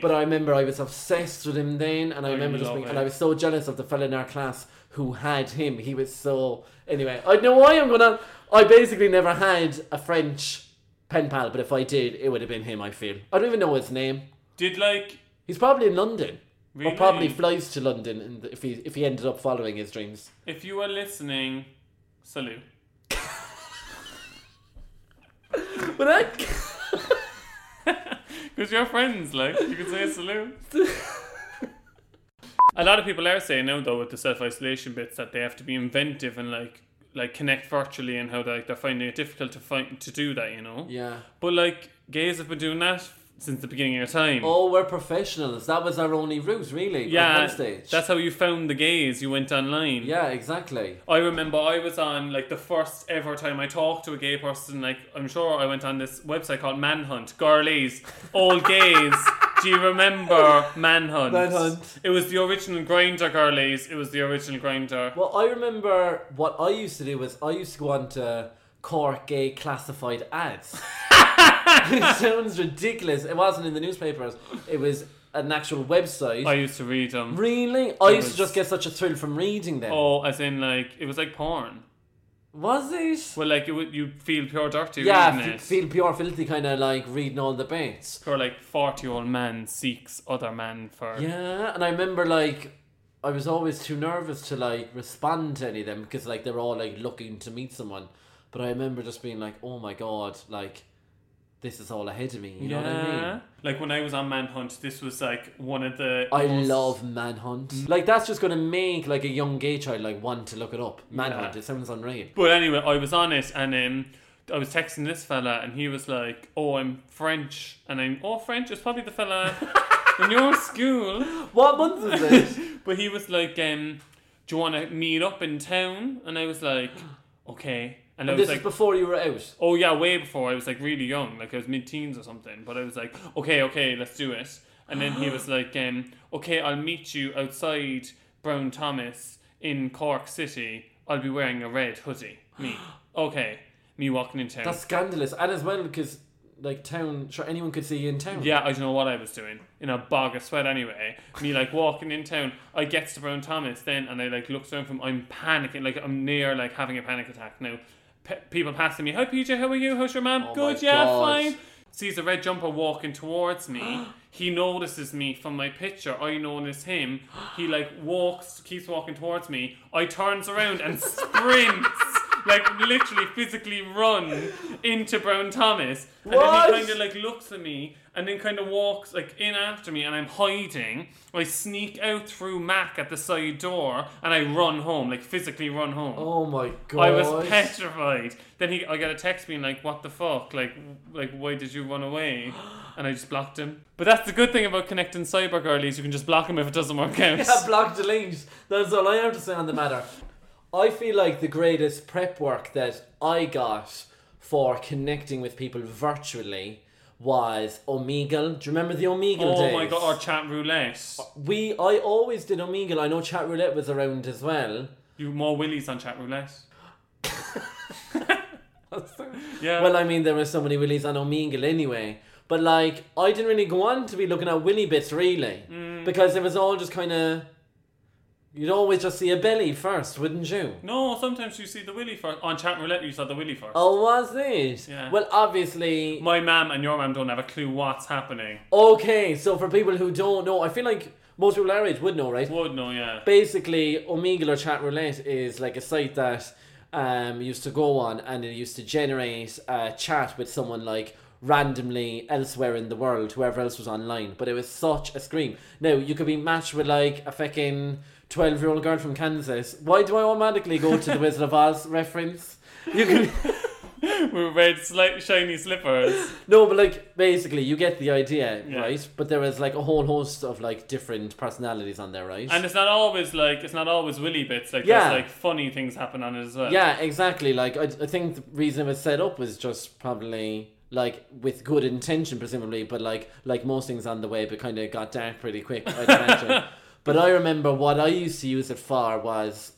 B: but I remember I was obsessed with him then, and I remember just
D: Oh, love
B: being,
D: it.
B: and I was so jealous of the fella in our class who had him. He was so anyway. I don't know why I'm gonna. I basically never had a French pen pal, but if I did, it would have been him. I feel. I don't even know his name.
D: Did like.
B: He's probably in London,
D: Really?
B: or probably flies to London, and if he if he ended up following his dreams.
D: If you were listening, salute.
B: But I.
D: Because you're friends, like, you can say
B: <laughs>
D: salute. a lot of people are saying now, though, with the self isolation bits, that they have to be inventive and, like, like connect virtually and how they, like, they're finding it difficult to find to do that, you know?
B: Yeah.
D: But, like, gays have been doing that since the beginning of time.
B: Oh, we're professionals. That was our only route, really. at
D: yeah,
B: one stage.
D: that's how you found the gays. You went online.
B: yeah, exactly.
D: I remember I was on like the first ever time I talked to a gay person. Like I'm sure I went on this website called Manhunt. Girlies,
B: <laughs>
D: all gays. Do you remember Manhunt?
B: Manhunt.
D: It was the original grinder, girlies. It was the original grinder.
B: Well, I remember what I used to do was I used to go on to Cork gay classified
D: <laughs>
B: ads. <laughs> it sounds ridiculous. It wasn't in the newspapers. It was an actual website.
D: I used to read them.
B: really? I used
D: was-
B: to just get such a thrill from reading them.
D: oh, as in like it was like porn.
B: Was it?
D: Well, like it would you feel pure dirty
B: yeah,
D: reading
B: f-
D: it.
B: feel pure filthy kind of like reading all the bits.
D: or like forty year old man seeks other man for.
B: Yeah, and I remember like I was always too nervous to like respond to any of them because like they were all like looking to meet someone. But I remember just being like, "Oh my god, like this is all ahead of me." You know what I mean?
D: Like when I was on Manhunt, this was like one of the.
B: I
D: most-
B: love Manhunt. Like that's just gonna make like a young gay child like want to look it up. Manhunt.
D: Yeah.
B: It sounds unreal.
D: But anyway, I was on it and um, I was texting this fella and he was like, Oh, I'm French. And I'm, Oh, French? It's probably
B: <laughs>
D: the fella in your school.
B: <laughs> What month is it?
D: But he was like, um, Do you want to meet up in town? And I was like, Okay. And I
B: This
D: was like,
B: is before you were out.
D: Oh yeah, way before I was like really young, like I was mid-teens or something. But I was like, okay, okay, let's do it. And then he was like, um, okay, I'll meet you outside Brown Thomas in Cork City. I'll be wearing a red hoodie. Me, okay, me walking in town.
B: That's scandalous, and as well because like town, sure anyone could see you in town.
D: yeah, I don't know what I was doing in a bog of sweat anyway. Me like walking in town. I get to Brown Thomas then, and I like look down from. I'm panicking, like I'm near like having a panic attack now. Pe- people passing me. Hi PJ, how are you? How's your mom?
B: Oh my
D: Good, yeah,
B: God.
D: fine. sees a red jumper walking towards
B: <gasps>
D: me. he notices me from my picture. I notice him. He like walks, keeps walking towards me. I turns around and sprints,
B: <laughs>
D: like literally physically run into Brown Thomas. And
B: What?
D: then he kind of like looks at me and then kind of walks like in after me and I'm hiding. I sneak out through Mac at the side door and I run home, like physically run home.
B: Oh my god.
D: I
B: <laughs>
D: was petrified. Then he, I got a text being like, "What the fuck? Like, like, why did you run
B: <gasps>
D: away?" And I just blocked him. But that's the good thing about connecting cyber girlies. You can just block them if it doesn't work out.
B: Yeah, block delete. That's all I have to say on the matter. I feel like the greatest prep work that I got for connecting with people virtually was Omegle. Do you remember the Omegle
D: oh
B: days?
D: my god! Or chat roulette.
B: We, I always did Omegle. I know chat roulette was around as well.
D: You more willies on chat
B: <laughs>
D: roulette. <laughs> yeah.
B: Well, I mean, there were so many willies on Omegle anyway. But like, I didn't really go on to be looking at willy bits really,
D: Mm.
B: because it was all just kind of. You'd always just see a belly first, wouldn't you?
D: no, sometimes you see the willy first on chat roulette. You saw the willy first.
B: Oh, was it?
D: Yeah.
B: Well, obviously.
D: My mum and your mum don't have a clue what's happening.
B: Okay, so for people who don't know, I feel like most people our age would know, right?
D: Would know, yeah. <laughs>
B: Basically, Omegle or Chat Roulette is like a site that um, used to go on and it used to generate a chat with someone like randomly elsewhere in the world, whoever else was online. But it was such a scream. Now, you could be matched with like a fucking 12 year old girl from Kansas. Why do I automatically go to the Wizard of Oz reference? You can.
D: With red, slight, shiny slippers.
B: No, but like basically, you get the idea,
D: Yeah.
B: right? But there is like a whole host of like different personalities on there, right?
D: And it's not always like it's not always willy bits. Like
B: Yeah.
D: there's like funny things happen on it as well.
B: yeah, exactly. Like I, I think the reason it was set up was just probably like with good intention, presumably, but like like most things on the way, but kind of got dark pretty quick. I'd imagine. But I remember what I used to use it for was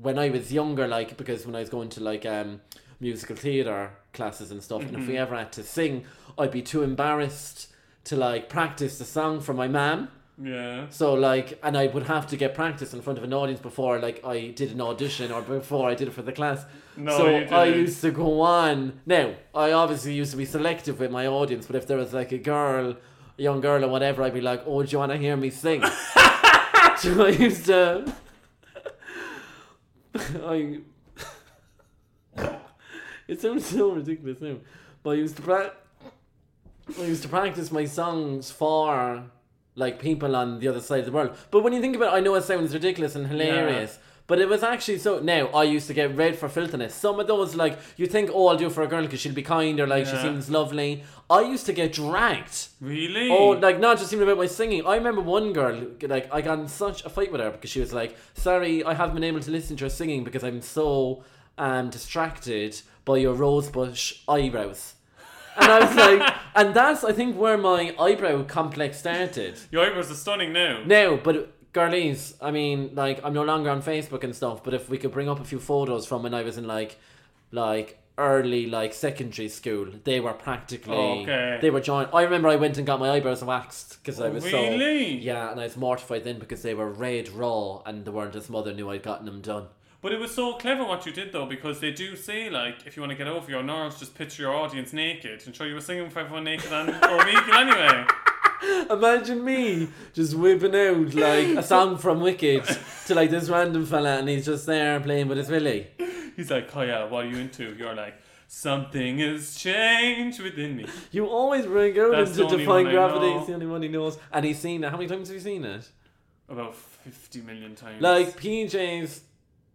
B: when I was younger, like because when I was going to like um musical theater classes and stuff, and if we ever had to sing, I'd be too embarrassed to like practice the song for my mam.
D: Yeah.
B: So like, and I would have to get practice in front of an audience before like I did an audition or before I did it for the class.
D: No,
B: so
D: you
B: I
D: didn't.
B: used to go on. Now I obviously used to be selective with my audience, but if there was like a girl, a young girl or whatever, I'd be like, "Oh, do you want to hear me
D: <laughs>
B: sing?" <laughs> so I used to. <laughs> I. it sounds so ridiculous now, but I used to pra- I used to practice my songs for like people on the other side of the world. But when you think about it, I know it sounds ridiculous and hilarious. But it was actually so. Now I used to get read for filthiness. Some of those, like you think, oh, I'll do it for a girl because she'll be kind or like she
D: Yeah.
B: seems lovely. I used to get dragged.
D: Really?
B: Oh, like not just even about my singing. I remember one girl, like I got in such a fight with her because she was like, "Sorry, I haven't been able to listen to your singing because I'm so um distracted by your rosebush eyebrows." And I was like, and that's I think where my eyebrow complex started.
D: Your eyebrows are stunning now.
B: No, but girlies, I mean, like I'm no longer on Facebook and stuff. But if we could bring up a few photos from when I was in like, like early like secondary school, they were practically
D: Okay. Oh,
B: they were giant. I remember I went and got my eyebrows waxed because I was
D: Really?
B: so yeah, and I was mortified then because they were red raw and the word his mother knew I'd gotten them done.
D: But it was so clever what you did though, because they do say like, if you want to get over your nerves, just picture your audience naked and show you were singing for everyone naked and
B: <laughs>
D: or naked anyway.
B: Imagine me just whipping out like a song from Wicked to like this random fella, and he's just there playing with his willy.
D: He's like, oh yeah, what are you into? You're like, something has changed within me.
B: You always bring out
D: That's
B: into
D: the only
B: defying
D: one I
B: gravity.
D: know.
B: It's the only one he knows, and he's seen it. How many times have you seen it?
D: About fifty million times.
B: Like PJ's,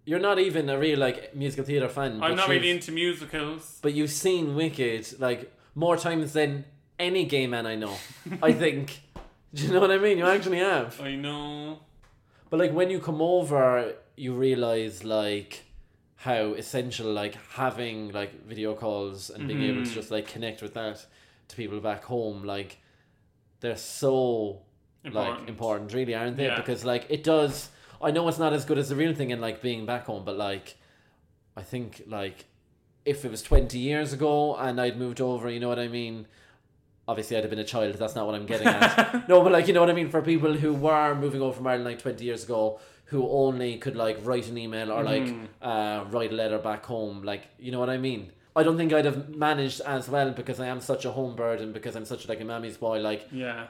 B: you're not even a real like musical theatre fan.
D: I'm
B: but
D: not
B: you've-
D: really into musicals.
B: But you've seen Wicked like more times than any gay man I
D: <laughs>
B: know. I think. Do you know what I mean? You actually have.
D: I know.
B: But like when you come over you realize like how essential like having like video calls and being
D: Mm-hmm.
B: able to just like connect with that to people back home like they're so like
D: Important.
B: important really aren't they
D: Yeah.
B: because like it does i know it's not as good as the real thing in like being back home but like i think like if it was 20 years ago and i'd moved over you know what i mean obviously I'd have been a child. That's not what I'm getting
D: <laughs>
B: at. no, but like you know what I mean. For people who were moving over from Ireland like twenty years ago, who only could like write an email or like
D: Mm-hmm.
B: uh, write a letter back home, like you know what I mean. I don't think I'd have managed as well because I am such a home bird and because I'm such like a mammy's boy. Like
D: Yeah.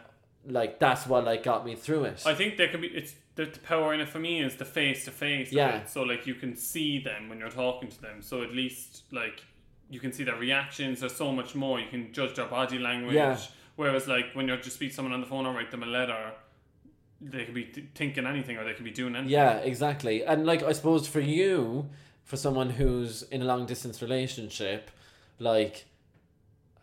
B: like that's what like got me through it.
D: I think there can be it's the, the power in it for me is the face to face.
B: Yeah.
D: So like you can see them when you're talking to them. So at least like you can see their reactions. There's so much more you can judge their body language.
B: Yeah.
D: Whereas like when you just speak to someone on the phone or write them a letter, they could be th- thinking anything or they could be doing anything.
B: Yeah, exactly. And like I suppose for you, for someone who's in a long distance relationship, like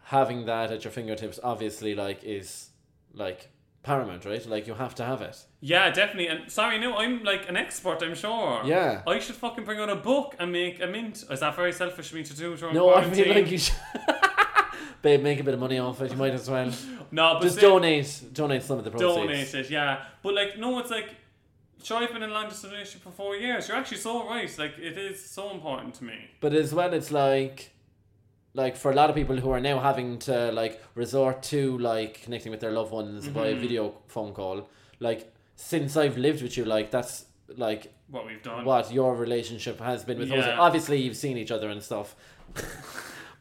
B: having that at your fingertips obviously like is like paramount, right? Like you have to have it.
D: Yeah, definitely. And sorry, no, I'm like an expert. I'm sure.
B: Yeah.
D: I should fucking bring out a book and make a mint. Is that very selfish of me to do? during
B: No, I mean
D: quarantine?
B: like you should <laughs> Babe, make a bit of money off it, you might as well.
D: no, <laughs> but
B: Just
D: say-
B: donate donate some of the proceeds.
D: donate it, yeah. But like, no, it's like, sure, I've been in a long distance relationship for four years. You're actually so right. Like, it is so important to me.
B: But as well, it's like, like for a lot of people who are now having to like resort to like connecting with their loved ones by
D: Mm-hmm.
B: a video phone call. Like since I've lived with you, like that's like
D: What we've done.
B: what your relationship has been with us.
D: Um, Yeah.
B: Obviously, you've seen each other and stuff. <laughs>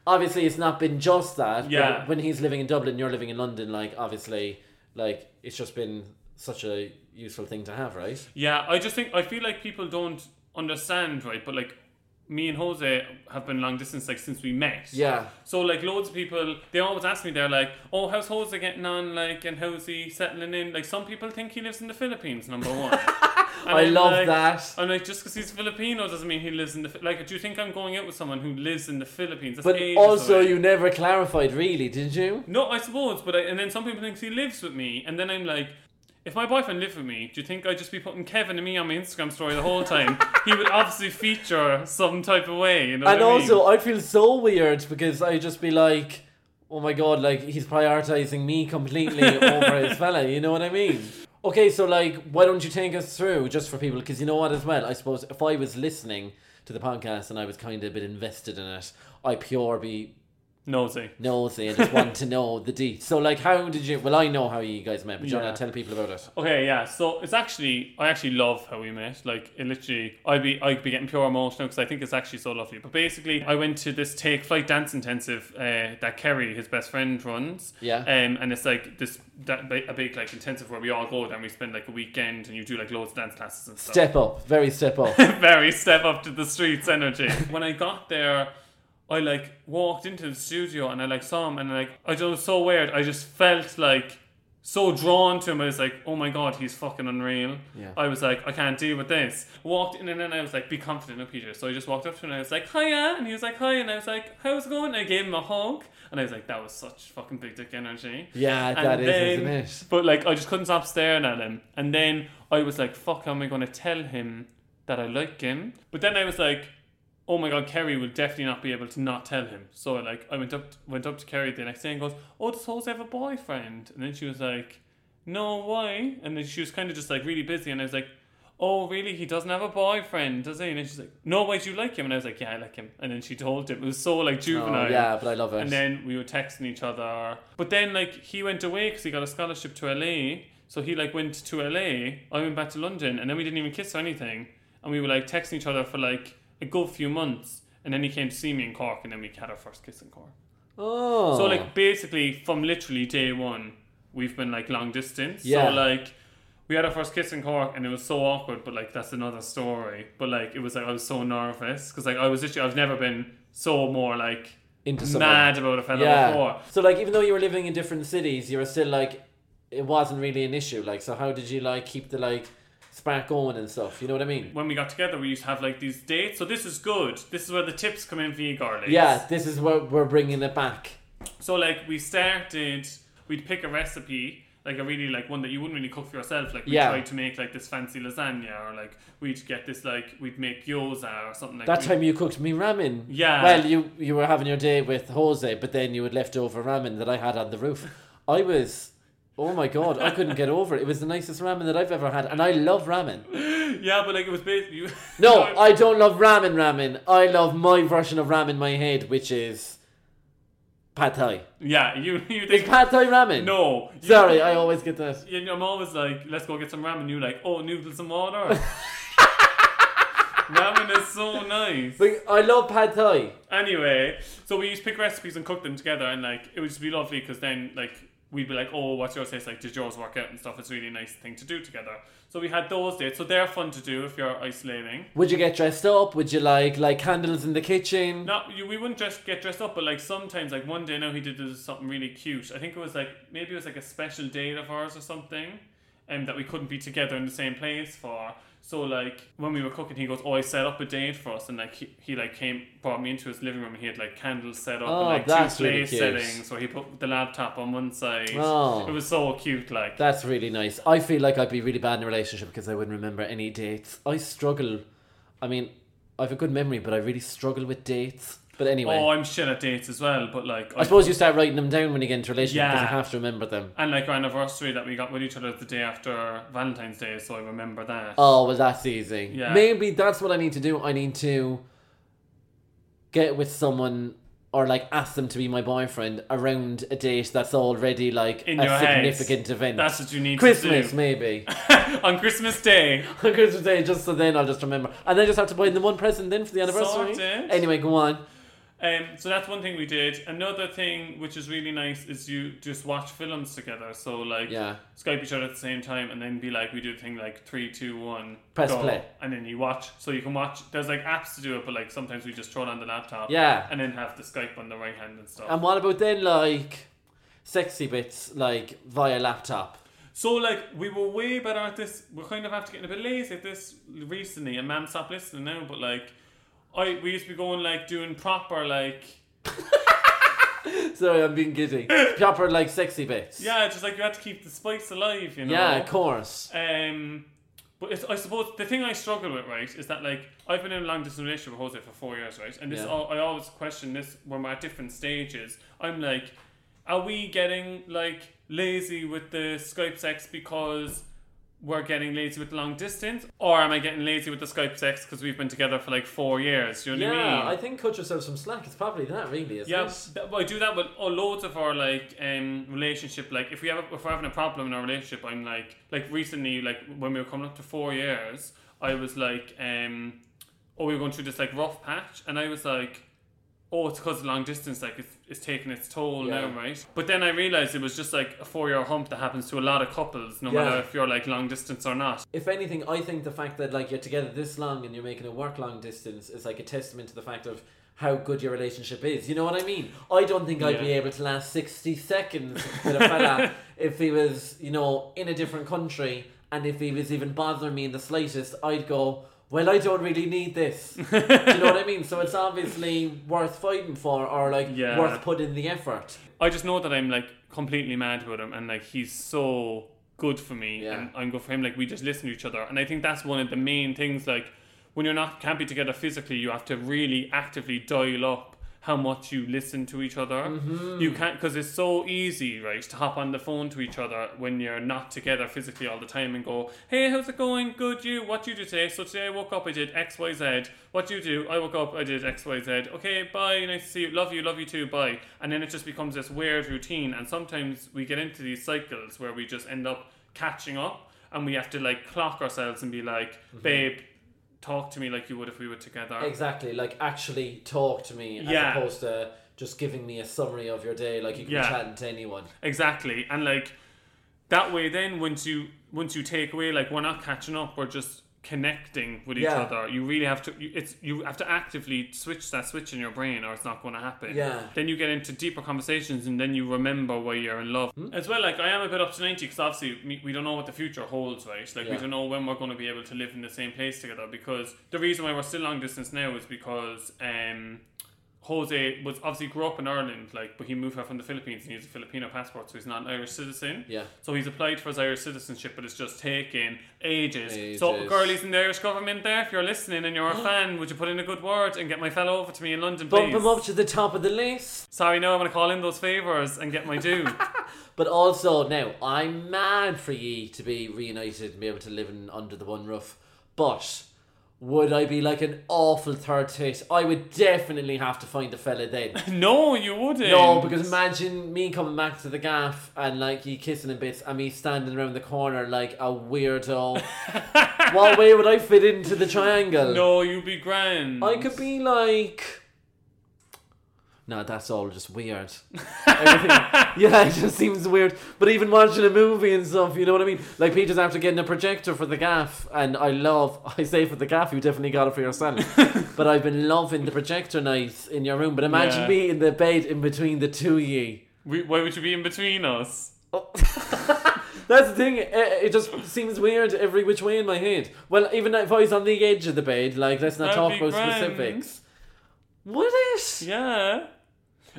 B: obviously, it's not been just that. but
D: Yeah.
B: When he's living in Dublin, you're living in London. Like obviously, like it's just been such a useful thing to have, right?
D: Yeah, I just think I feel like people don't understand, right? But like, me and Jose have been long distance like since we met.
B: Yeah.
D: So like loads of people, they always ask me, they're like, "Oh, how's Jose getting on? Like, and how's he settling in?" Like, some people think he lives in the Philippines.
B: <laughs>
D: Number one. And
B: I
D: I'm
B: love
D: like-
B: that.
D: I'm like, just because he's Filipino doesn't mean he lives in the Phi- like. Do you think I'm going out with someone who lives in the Philippines? That's
B: But
D: ages
B: also,
D: away.
B: you never clarified, really, did you?
D: No, I suppose, but I, and then some people think he lives with me, and then I'm like, if my boyfriend lived with me, do you think I'd just be putting Kevin and me on my Instagram story the whole time? he would obviously feature some type of way, you know.
B: And
D: what I mean?
B: also, I'd feel so weird because I'd just be like, oh my god, like he's prioritizing me
D: <laughs>
B: completely over his fella, you know what I mean? Okay, so like, why don't you take us through just for people? Because you know what, as well, I suppose if I was listening to the podcast and I was kind of a bit invested in it, I pure be
D: nosy.
B: nosy and
D: <laughs>
B: just want to know the deets. So, like, how did you? Well, I know how you guys met, but you
D: Yeah.
B: want to tell people about it?
D: Okay, yeah. So it's actually I actually love how we met. Like it literally, I'd be I'd be getting pure emotional because I think it's actually so lovely. But basically, I went to this take flight dance intensive uh, that Kerry, his best friend, runs.
B: Yeah.
D: Um, and it's like this that bi- a big like intensive where we all go and we spend like a weekend and you do like loads of dance classes and stuff.
B: Step up, very step
D: <laughs>
B: up.
D: Very step up to the streets energy. when I got there, I like walked into the studio and I like saw him and like I just it was so weird. I just felt like so drawn to him. I was like, oh my god, he's fucking unreal.
B: Yeah.
D: I was like, I can't deal with this. Walked in and then I was like, be confident, no, Peter. So I just walked up to him and I was like, hiya, and he was like, hi, and I was like, how's it going? And I gave him a hug and I was like, that was such fucking big dick energy.
B: Yeah,
D: And
B: that is,
D: then-
B: isn't it?
D: But like, I just couldn't stop staring at him. And then I was like, fuck, how am I going to tell him that I like him? But then I was like, oh my god, Kerry will definitely not be able to not tell him. So like, I went up went up to Kerry the next day and goes, oh, does Jose have a boyfriend? And then she was like, no, why? And then she was kind of just like really busy, and I was like. Oh really? He doesn't have a boyfriend, does he? And then she's like, "No, why do you like him?" And I was like, "Yeah, I like him." And then she told him it was so like juvenile.
B: Oh, yeah, but I love it.
D: And then we were texting each other. But then, like, he went away because he got a scholarship to LA. So he, like, went to LA. I went back to London. And then we didn't even kiss or anything. And we were, like, texting each other for, like, a good few months. And then he came to see me in Cork. And then we had our first kiss in Cork.
B: oh,
D: So, like, basically, from literally day one, we've been, like, long distance.
B: Yeah.
D: So, like, we had our first kiss in Cork and it was so awkward, but like that's another story. But like it was like I was so nervous because like I was literally I've never been so more like
B: into someone.
D: mad about a fella before.
B: So like even though you were living in different cities, you were still like it wasn't really an issue. Like so how did you like keep the like spark going and stuff? You know what I mean?
D: When we got together, we used to have like these dates. So this is good. This is where the tips come in for you, Garlic.
B: Yeah, this is what we're bringing it back.
D: So like we started, we'd pick a recipe like a really like one that you wouldn't really cook for yourself. Like we
B: Yeah.
D: tried to make like this fancy lasagna, or like we'd get this like we'd make gyoza or something like
B: That
D: we-
B: time you cooked me ramen.
D: Yeah.
B: Well, you you were having your day with Jose, but then you had leftover ramen that I had on the roof. I was, oh my god, I couldn't get over it. It was the nicest ramen that I've ever had, and I love ramen.
D: <laughs> Yeah, but like it was basically you. <laughs>
B: No,
D: it-
B: I don't love ramen. Ramen. I love my version of ramen in my head, which is pad thai.
D: yeah, you <laughs> you
B: Is
D: think
B: pad thai ramen?
D: no. You-
B: Sorry, I
D: <laughs>
B: always get that.
D: Yeah, I'm always like, let's go get some ramen. You like, oh, noodles
B: <laughs>
D: and water. ramen is so nice.
B: Like, I love pad thai.
D: Anyway, so we used to pick recipes and cook them together, and like it would just be lovely because then like we'd be like, oh, what's yours taste like? Did yours work out and stuff? It's a really nice thing to do together. So we had those dates. So they're fun to do if you're isolating.
B: Would you get dressed up? Would you like like candles in the kitchen?
D: Not you, we wouldn't just get dressed up, but like sometimes, like one day now he did this, something really cute. I think it was like maybe it was like a special date of ours or something, and that we couldn't be together in the same place for. So like when we were cooking, he goes, "Oh, I set up a date for us," and like he, he like came brought me into his living room. and He had like candles set up
B: Oh,
D: and like
B: that's
D: two
B: really
D: place
B: cute.
D: settings. So he put the laptop on one side.
B: Oh.
D: It was so cute, like
B: That's really nice. I feel like I'd be really bad in a relationship because I wouldn't remember any dates. I struggle. I mean, I have a good memory, but I really struggle with dates. But anyway,
D: oh, I'm shit at dates as well. But like
B: I suppose you start writing them down when you get into a relationship because
D: Yeah.
B: you have to remember them.
D: And like our anniversary that we got with each other the day after Valentine's Day, so I remember that.
B: Oh, well, that's easy.
D: Yeah.
B: Maybe that's what I need to do. I need to get with someone or like ask them to be my boyfriend around a date that's already like
D: in
B: a
D: your
B: significant
D: head.
B: event.
D: That's what you need
B: Christmas,
D: to do. <laughs>
B: maybe. <laughs>
D: on Christmas Day.
B: on Christmas Day, just so then I'll just remember. And then just have to buy them one present then for the anniversary.
D: Sorted.
B: Anyway, go on.
D: Um, so that's one thing we did. Another thing which is really nice is you just watch films together. So like
B: Yeah.
D: Skype each other at the same time and then be like we do a thing like three, two, one,
B: Press
D: go,
B: play.
D: and then you watch. So you can watch. There's like apps to do it, but like sometimes we just throw it on the laptop.
B: Yeah.
D: And then have the Skype on the right hand and stuff.
B: And what about then, like, sexy bits, like, via laptop? <laughs>
D: So like we were way better at this. We're kind of after getting a bit lazy at this recently, and Mam stopped listening now. But like, I we used to be going like doing proper like
B: Sorry, I'm being
D: <laughs>
B: giddy. Proper, like, sexy bits.
D: yeah, just like you had to keep the spice alive, you know.
B: Yeah, of course.
D: Um, but it's, I suppose the thing I struggle with, right, is that like I've been in a long distance relationship with Jose for four years, right, and this
B: Yeah.
D: all, I always question this when we're at different stages. I'm like, are we getting like lazy with the Skype sex because we're getting lazy with long distance, or am I getting lazy with the Skype sex because we've been together for like four years? Do you know what I mean?
B: Yeah, I think cut yourself some slack. It's probably that, really, isn't
D: Yeah,
B: it?
D: that- I do that with oh, loads of our like um, relationship. Like if we have a, if we're having a problem in our relationship, I'm like like recently like when we were coming up to four years, I was like um, oh we were going through this like rough patch, and I was like oh it's because of long distance like it's, it's taking its toll
B: Yeah.
D: now right. But then I realized it was just like a four year hump that happens to a lot of couples, no
B: Yeah.
D: matter if you're like long distance or not.
B: If anything, I think the fact that, like, you're together this long and you're making a work long distance is, like, a testament to the fact of how good your relationship is. You know what I mean? I don't think I'd be
D: Yeah.
B: able to last 60
D: <laughs>
B: seconds with a fella if he was, you know, in a different country and if he was even bothering me in the slightest, I'd go, well, I don't really need
D: <laughs>
B: this. Do you know what I mean? So it's obviously worth fighting for or, like,
D: Yeah.
B: worth putting the effort.
D: I just know that I'm like completely mad with him, and like he's so good for me,
B: Yeah.
D: and I'm good for him. Like we just listen to each other, and I think that's one of the main things. Like when you're not can't be together physically, you have to really actively dial up how much you listen to each other. You can't because it's so easy, right, to hop on the phone to each other when you're not together physically all the time and go, "Hey, how's it going? Good, you? What you do today? So today I woke up, I did X, Y, Z. What you do? I woke up, I did X, Y, Z. Okay, bye. Nice to see you. Love you. Love you too. Bye." And then it just becomes this weird routine, and sometimes we get into these cycles where we just end up catching up, and we have to like clock ourselves and be like, "Babe." Talk to me like you would if we were together.
B: Exactly, like actually talk to me
D: Yeah.
B: as opposed to just giving me a summary of your day, like you can
D: Yeah.
B: be chatting to anyone.
D: Exactly, and like that way, then once you once you take away, like we're not catching up, we're just connecting with each
B: Yeah.
D: other. You really have to. You, it's you have to actively switch that switch in your brain, or it's not going to happen.
B: Yeah.
D: Then you get into deeper conversations, and then you remember why you're in love
B: Hmm?
D: as well. Like I am a bit up to ninety because obviously me- we don't know what the future holds, right? Like we
B: Yeah.
D: don't know when we're going to be able to live in the same place together. Because the reason why we're still long distance now is because um Jose was obviously grew up in Ireland, like, but he moved here from the Philippines and he has a Filipino passport, so he's not an Irish citizen.
B: Yeah.
D: So he's applied for his Irish citizenship, but it's just taken ages. So,
B: Ages.
D: girlies in the Irish government, there, if you're listening and
B: <gasps>
D: you're a fan, would you put in a good word and get my fellow over to me in London,
B: Bump him up
D: please?
B: to the top of the list.
D: Sorry, no, I'm gonna call in those favors and get
B: <laughs>
D: my due.
B: But also now, I'm mad for ye to be reunited and be able to live in, under the one roof. But would I be like an awful third tit? I would definitely have to find a fella then.
D: <laughs> no, you wouldn't.
B: No, because imagine me coming back to the gaff and like you kissing in bits and me standing around the corner like a
D: <laughs>
B: weirdo. what way would I fit into the triangle?
D: No, you'd be grand.
B: I could be like. No, that's all just
D: <laughs>
B: weird. Everything, yeah, it just seems weird. But even watching a movie and stuff, you know what I mean? Like Peter's after getting a projector for the gaff, and I love. <laughs> I say for the gaff, you definitely got it for yourself.
D: <laughs>
B: but I've been loving the projector nights in your room. But imagine
D: Yeah.
B: me in the bed in between the two of ye.
D: We, why would you be in between us?
B: That's the thing. It, it just seems weird every which way in my head. Well, even if I was on the edge of the bed, like let's not
D: That'd
B: talk
D: be
B: about
D: grand.
B: specifics. Would it?
D: Yeah.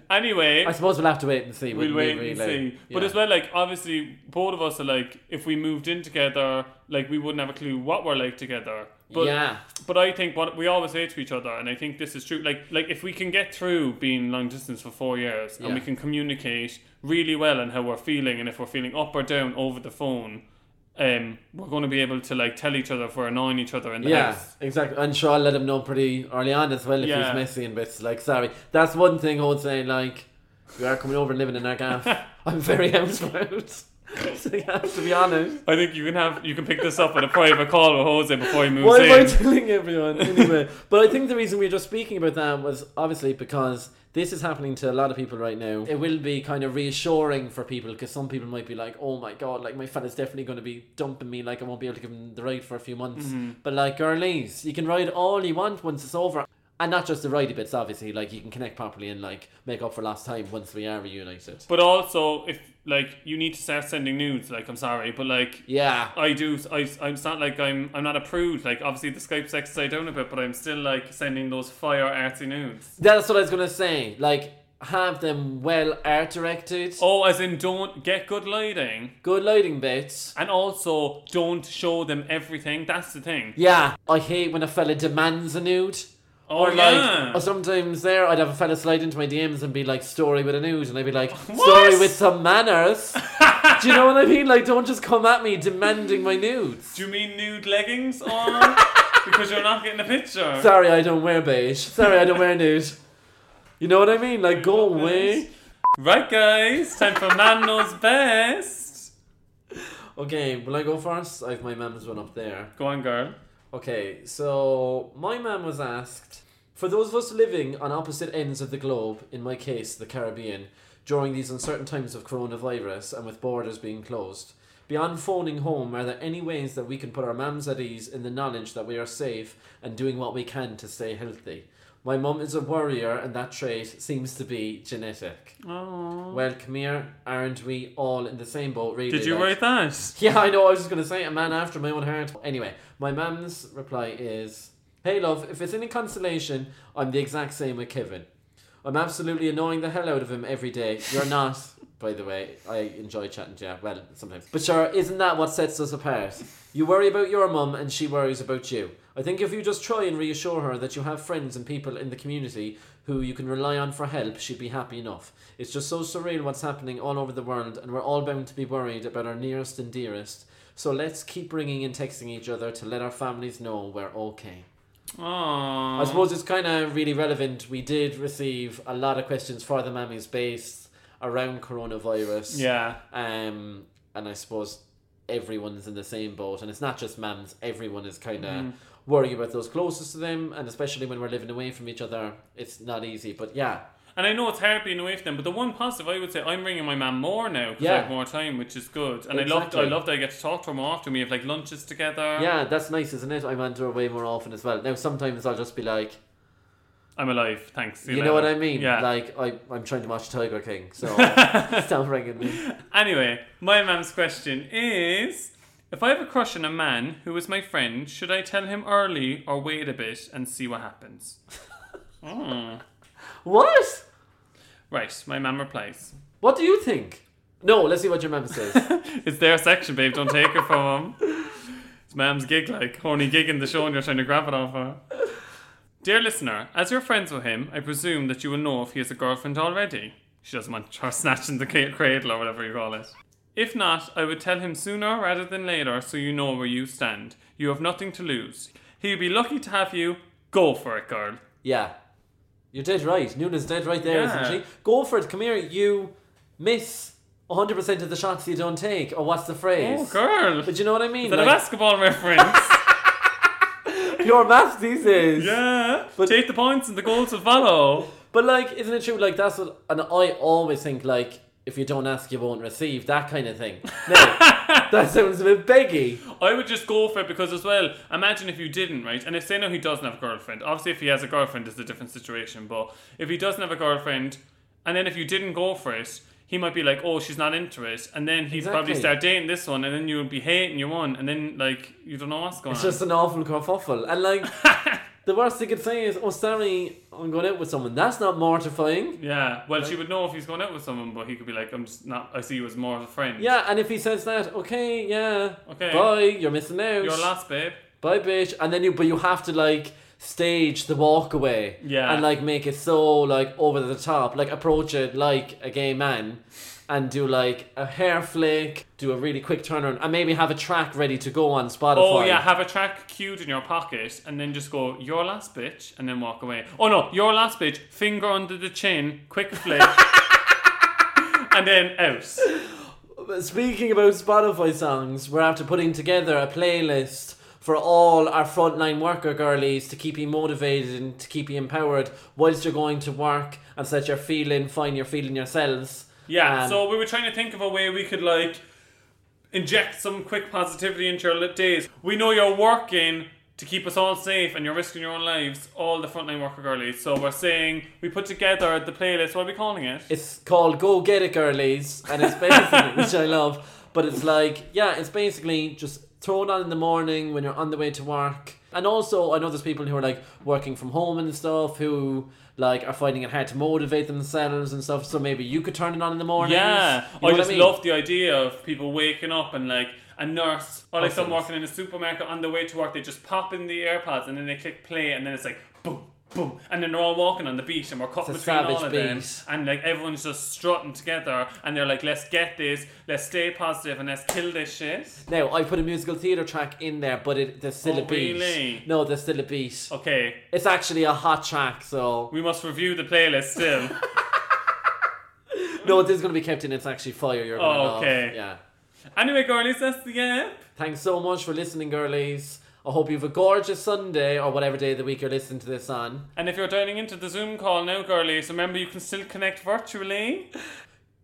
D: Anyway,
B: I suppose we'll have to wait and see.
D: we'll
B: wouldn't
D: wait
B: we,
D: and
B: really?
D: see. But
B: Yeah.
D: as well, like obviously, both of us are like, if we moved in together, like we wouldn't have a clue what we're like together. But,
B: Yeah.
D: But I think what we always say to each other, and I think this is true. Like, like if we can get through being long distance for four years, and
B: Yeah.
D: we can communicate really well on how we're feeling, and if we're feeling up or down over the phone. Um, we're going to be able to like tell each other if we're annoying each other in the
B: Yeah,
D: house.
B: exactly. And sure, I'll let him know pretty early on as well if
D: Yeah.
B: he's messy and bits. Like, sorry. That's one thing I would say, like, you are coming over and living in our gaff.
D: <laughs>
B: I'm very <laughs> housebound. so you have to be honest.
D: I think you can have you can pick this up at a private call with Jose before he moves
B: Why
D: in.
B: am I telling everyone anyway? but I think the reason we were just speaking about that was obviously because this is happening to a lot of people right now. It will be kind of reassuring for people because some people might be like, "Oh my god, like my fella's definitely going to be dumping me. Like I won't be able to give him the ride for a few months." But like, girlies, you can ride all you want once it's over. And not just the ridey bits, obviously. Like you can connect properly and like make up for lost time once we are reunited.
D: But also, if like you need to start sending nudes, like I'm sorry, but like
B: Yeah,
D: I do, I I'm it's not like I'm I'm not a prude. Like obviously the Skype's exercised down a bit, but I'm still like sending those fire artsy nudes.
B: that's what I was gonna say. Like, have them well art directed,
D: Oh, as in don't get good lighting,
B: good lighting bits.
D: and also don't show them everything. That's the thing.
B: Yeah, I hate when a fella demands a nude.
D: Oh,
B: or like,
D: yeah.
B: or sometimes there, I'd have a fella slide into my DMs and be like, "Story with a nude," and I'd be like,
D: What?
B: "Story with
D: <laughs>
B: some manners." Do you know what I mean? Like, don't just come at me demanding my
D: <laughs>
B: nudes.
D: Do you mean nude leggings or
B: <laughs>
D: because you're not getting a picture?
B: Sorry, I don't wear beige. Sorry, I don't wear nude. You know what I mean? Like, go away.
D: Right, guys, time for man knows best.
B: Okay, will I go first? I have my mum's one up there.
D: Go on, girl.
B: Okay, so my man was asked for those of us living on opposite ends of the globe, in my case, the Caribbean, during these uncertain times of coronavirus and with borders being closed, beyond phoning home, are there any ways that we can put our mums at ease in the knowledge that we are safe and doing what we can to stay healthy? My mum is a warrior, and that trait seems to be genetic.
D: Oh.
B: Well, come here, aren't we all in the same boat, really?
D: Did you
B: like-
D: write that?
B: <laughs> yeah, I know. I was just gonna say a man after my own heart. Anyway, my mum's reply is, "Hey, love. If it's any consolation, I'm the exact same with Kevin. I'm absolutely annoying the hell out of him every day. You're not, by the way. I enjoy chatting to you. Well, sometimes. But sure, isn't that what sets us apart? You worry about your mum, and she worries about you. I think if you just try and reassure her that you have friends and people in the community who you can rely on for help, she'd be happy enough. It's just so surreal what's happening all over the world, and we're all bound to be worried about our nearest and dearest. So let's keep ringing and texting each other to let our families know we're okay.
D: Aww.
B: I suppose it's kind of really relevant. We did receive a lot of questions for the Mammies based around coronavirus.
D: Yeah.
B: Um, and I suppose everyone's in the same boat, and it's not just mums. Everyone is kind of
D: Mm-hmm.
B: worrying about those closest to them, and especially when we're living away from each other, it's not easy. But yeah,
D: And I know it's hard being away from them, but the one positive I would say, I'm ringing my mum more now because I
B: Yeah.
D: have more time, which is good. And I
B: Exactly.
D: love, I love that I get to talk to her more often. We have like lunches together.
B: yeah, that's nice, isn't it? I'm under way more often as well. Now sometimes I'll just be like,
D: I'm alive. Thanks. See
B: you know what
D: later.
B: I mean?
D: Yeah.
B: Like I, I'm trying to watch Tiger King,
D: <laughs>
B: so stop ringing me.
D: anyway, my mum's question is: If I have a crush on a man who is my friend, should I tell him early or wait a bit and see what happens?
B: What?
D: Right, my mum replies.
B: What do you think? No, let's see what your mum
D: <laughs>
B: says.
D: It's their section, babe. Don't take it from them. It's mam's gig, like horny gig in the show, and you're trying to grab it off her. Dear listener, as you're friends with him, I presume that you will know if he has a girlfriend already. She doesn't want her <laughs> snatching the ca- cradle or whatever you call it. If not, I would tell him sooner rather than later, so you know where you stand. You have nothing to lose. He'd be lucky to have you. Go for it, girl.
B: yeah. You're dead right. Nuna's dead right there,
D: Yeah.
B: not she? Go for it. Come here. You miss 100% of the shots you don't take. Or what's the phrase?
D: Oh, girl.
B: But you know what I mean?
D: Is that a
B: <laughs>
D: basketball reference?
B: your maths
D: <laughs>
B: these days.
D: yeah. take the points and the goals will follow.
B: But like, isn't it true? Like that's what, and I always think like, if you don't ask, you won't receive. That kind of
D: <laughs>
B: thing. No, that sounds a bit beggy.
D: I would just go for it because, as well, imagine if you didn't, right? And if say no, he doesn't have a girlfriend. Obviously, if he has a girlfriend, it's a different situation. But if he doesn't have a girlfriend, and then if you didn't go for it, he might be like, "Oh, she's not into it," and then he'd
B: Exactly.
D: probably start dating this one, and then you'll be hating your one, and then like you don't know what's going
B: It's
D: on.
B: just an awful kerfuffle. And
D: <laughs>
B: like, the worst they could say is, "Oh, sorry, I'm going out with someone." That's not mortifying.
D: yeah. Well, she would know if he's going out with someone, but he could be like, "I'm just not. I see you as more of a friend."
B: Yeah, and if he says that, okay, yeah,
D: Okay.
B: bye, you're missing out.
D: You're lost, babe.
B: bye, bitch. And then you, but you have to like stage the walk away.
D: Yeah.
B: And like make it so like over the top, like approach it like a gay man, and do like a hair flick, do a really quick turnaround, and maybe have a track ready to go on Spotify.
D: Oh yeah, have a track cued in your pocket and then just go your last bitch and then walk away. Oh no, your last bitch, finger under the chin, quick flick. <laughs> and then out.
B: Speaking about Spotify songs, we're after putting together a playlist for all our frontline worker girlies to keep you motivated and to keep you empowered whilst you're going to work and so that you're feeling fine, you're feeling yourselves.
D: Yeah,
B: Um,
D: so we were trying to think of a way we could like inject some quick positivity into your lit days. We know you're working to keep us all safe and you're risking your own lives, all the frontline worker girlies. So we're saying we put together the playlist, what are we calling it?
B: It's called Go Get It Girlies, and it's
D: <laughs>
B: basically, which I love, but it's like, yeah, it's basically just throw it on in the morning when you're on the way to work. And also, I know there's people who are like working from home and stuff who like are finding it hard to motivate themselves and stuff, so maybe you could turn it on in the morning.
D: Yeah,
B: you know
D: I
B: what
D: just
B: mean?
D: love the idea of people waking up and like a nurse or like someone
B: Hustles.
D: working in a supermarket on the way to work. They just pop in the AirPods and then they click play and then it's like boom, boom, and then they're all walking on the beach and we're caught
B: It's a
D: between all
B: savage
D: of them
B: beat.
D: and like everyone's just strutting together and they're like, let's get this, let's stay positive, and let's kill this shit.
B: Now, I put a musical theatre track in there, but it, there's still
D: Oh,
B: a beat.
D: really? Oh.
B: No, there's still a beat.
D: Okay,
B: It's actually a hot track, so.
D: we must review the
B: <laughs>
D: playlist still.
B: No, this is going to be kept in. It's actually fire. You're going to
D: Oh, okay.
B: Yeah.
D: anyway, girlies, that's the app.
B: Thanks so much for listening, girlies. I hope you have a gorgeous Sunday or whatever day of the week you're listening to this on.
D: And if you're dialing into the Zoom call now, girlies, remember you can still connect virtually.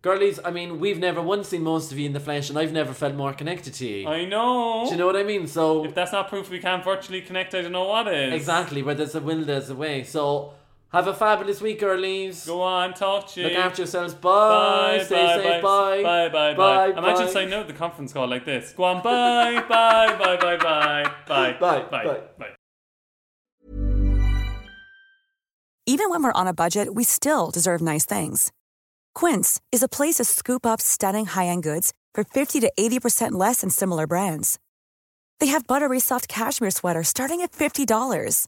B: Girlies, I mean, we've never once seen most of you in the flesh, and I've never felt more connected to you.
D: I know.
B: Do you know what I mean? So,
D: If that's not proof we can't virtually connect, I don't know what is.
B: exactly, where there's a will, there's a way. So, have a fabulous week, girlies.
D: Go on, talk to you.
B: Look after yourselves.
D: Bye,
B: Bye.
D: bye,
B: Stay safe.
D: bye,
B: Bye.
D: bye, bye, bye.
B: Bye.
D: Imagine
B: bye.
D: saying no at the conference call like this. Go on, bye, <laughs> bye, bye, bye, bye, bye,
B: Bye,
D: bye,
B: bye.
D: bye.
G: Even when we're on a budget, we still deserve nice things. Quince is a place to scoop up stunning high end goods for 50 to 80% less than similar brands. They have buttery soft cashmere sweaters starting at $50,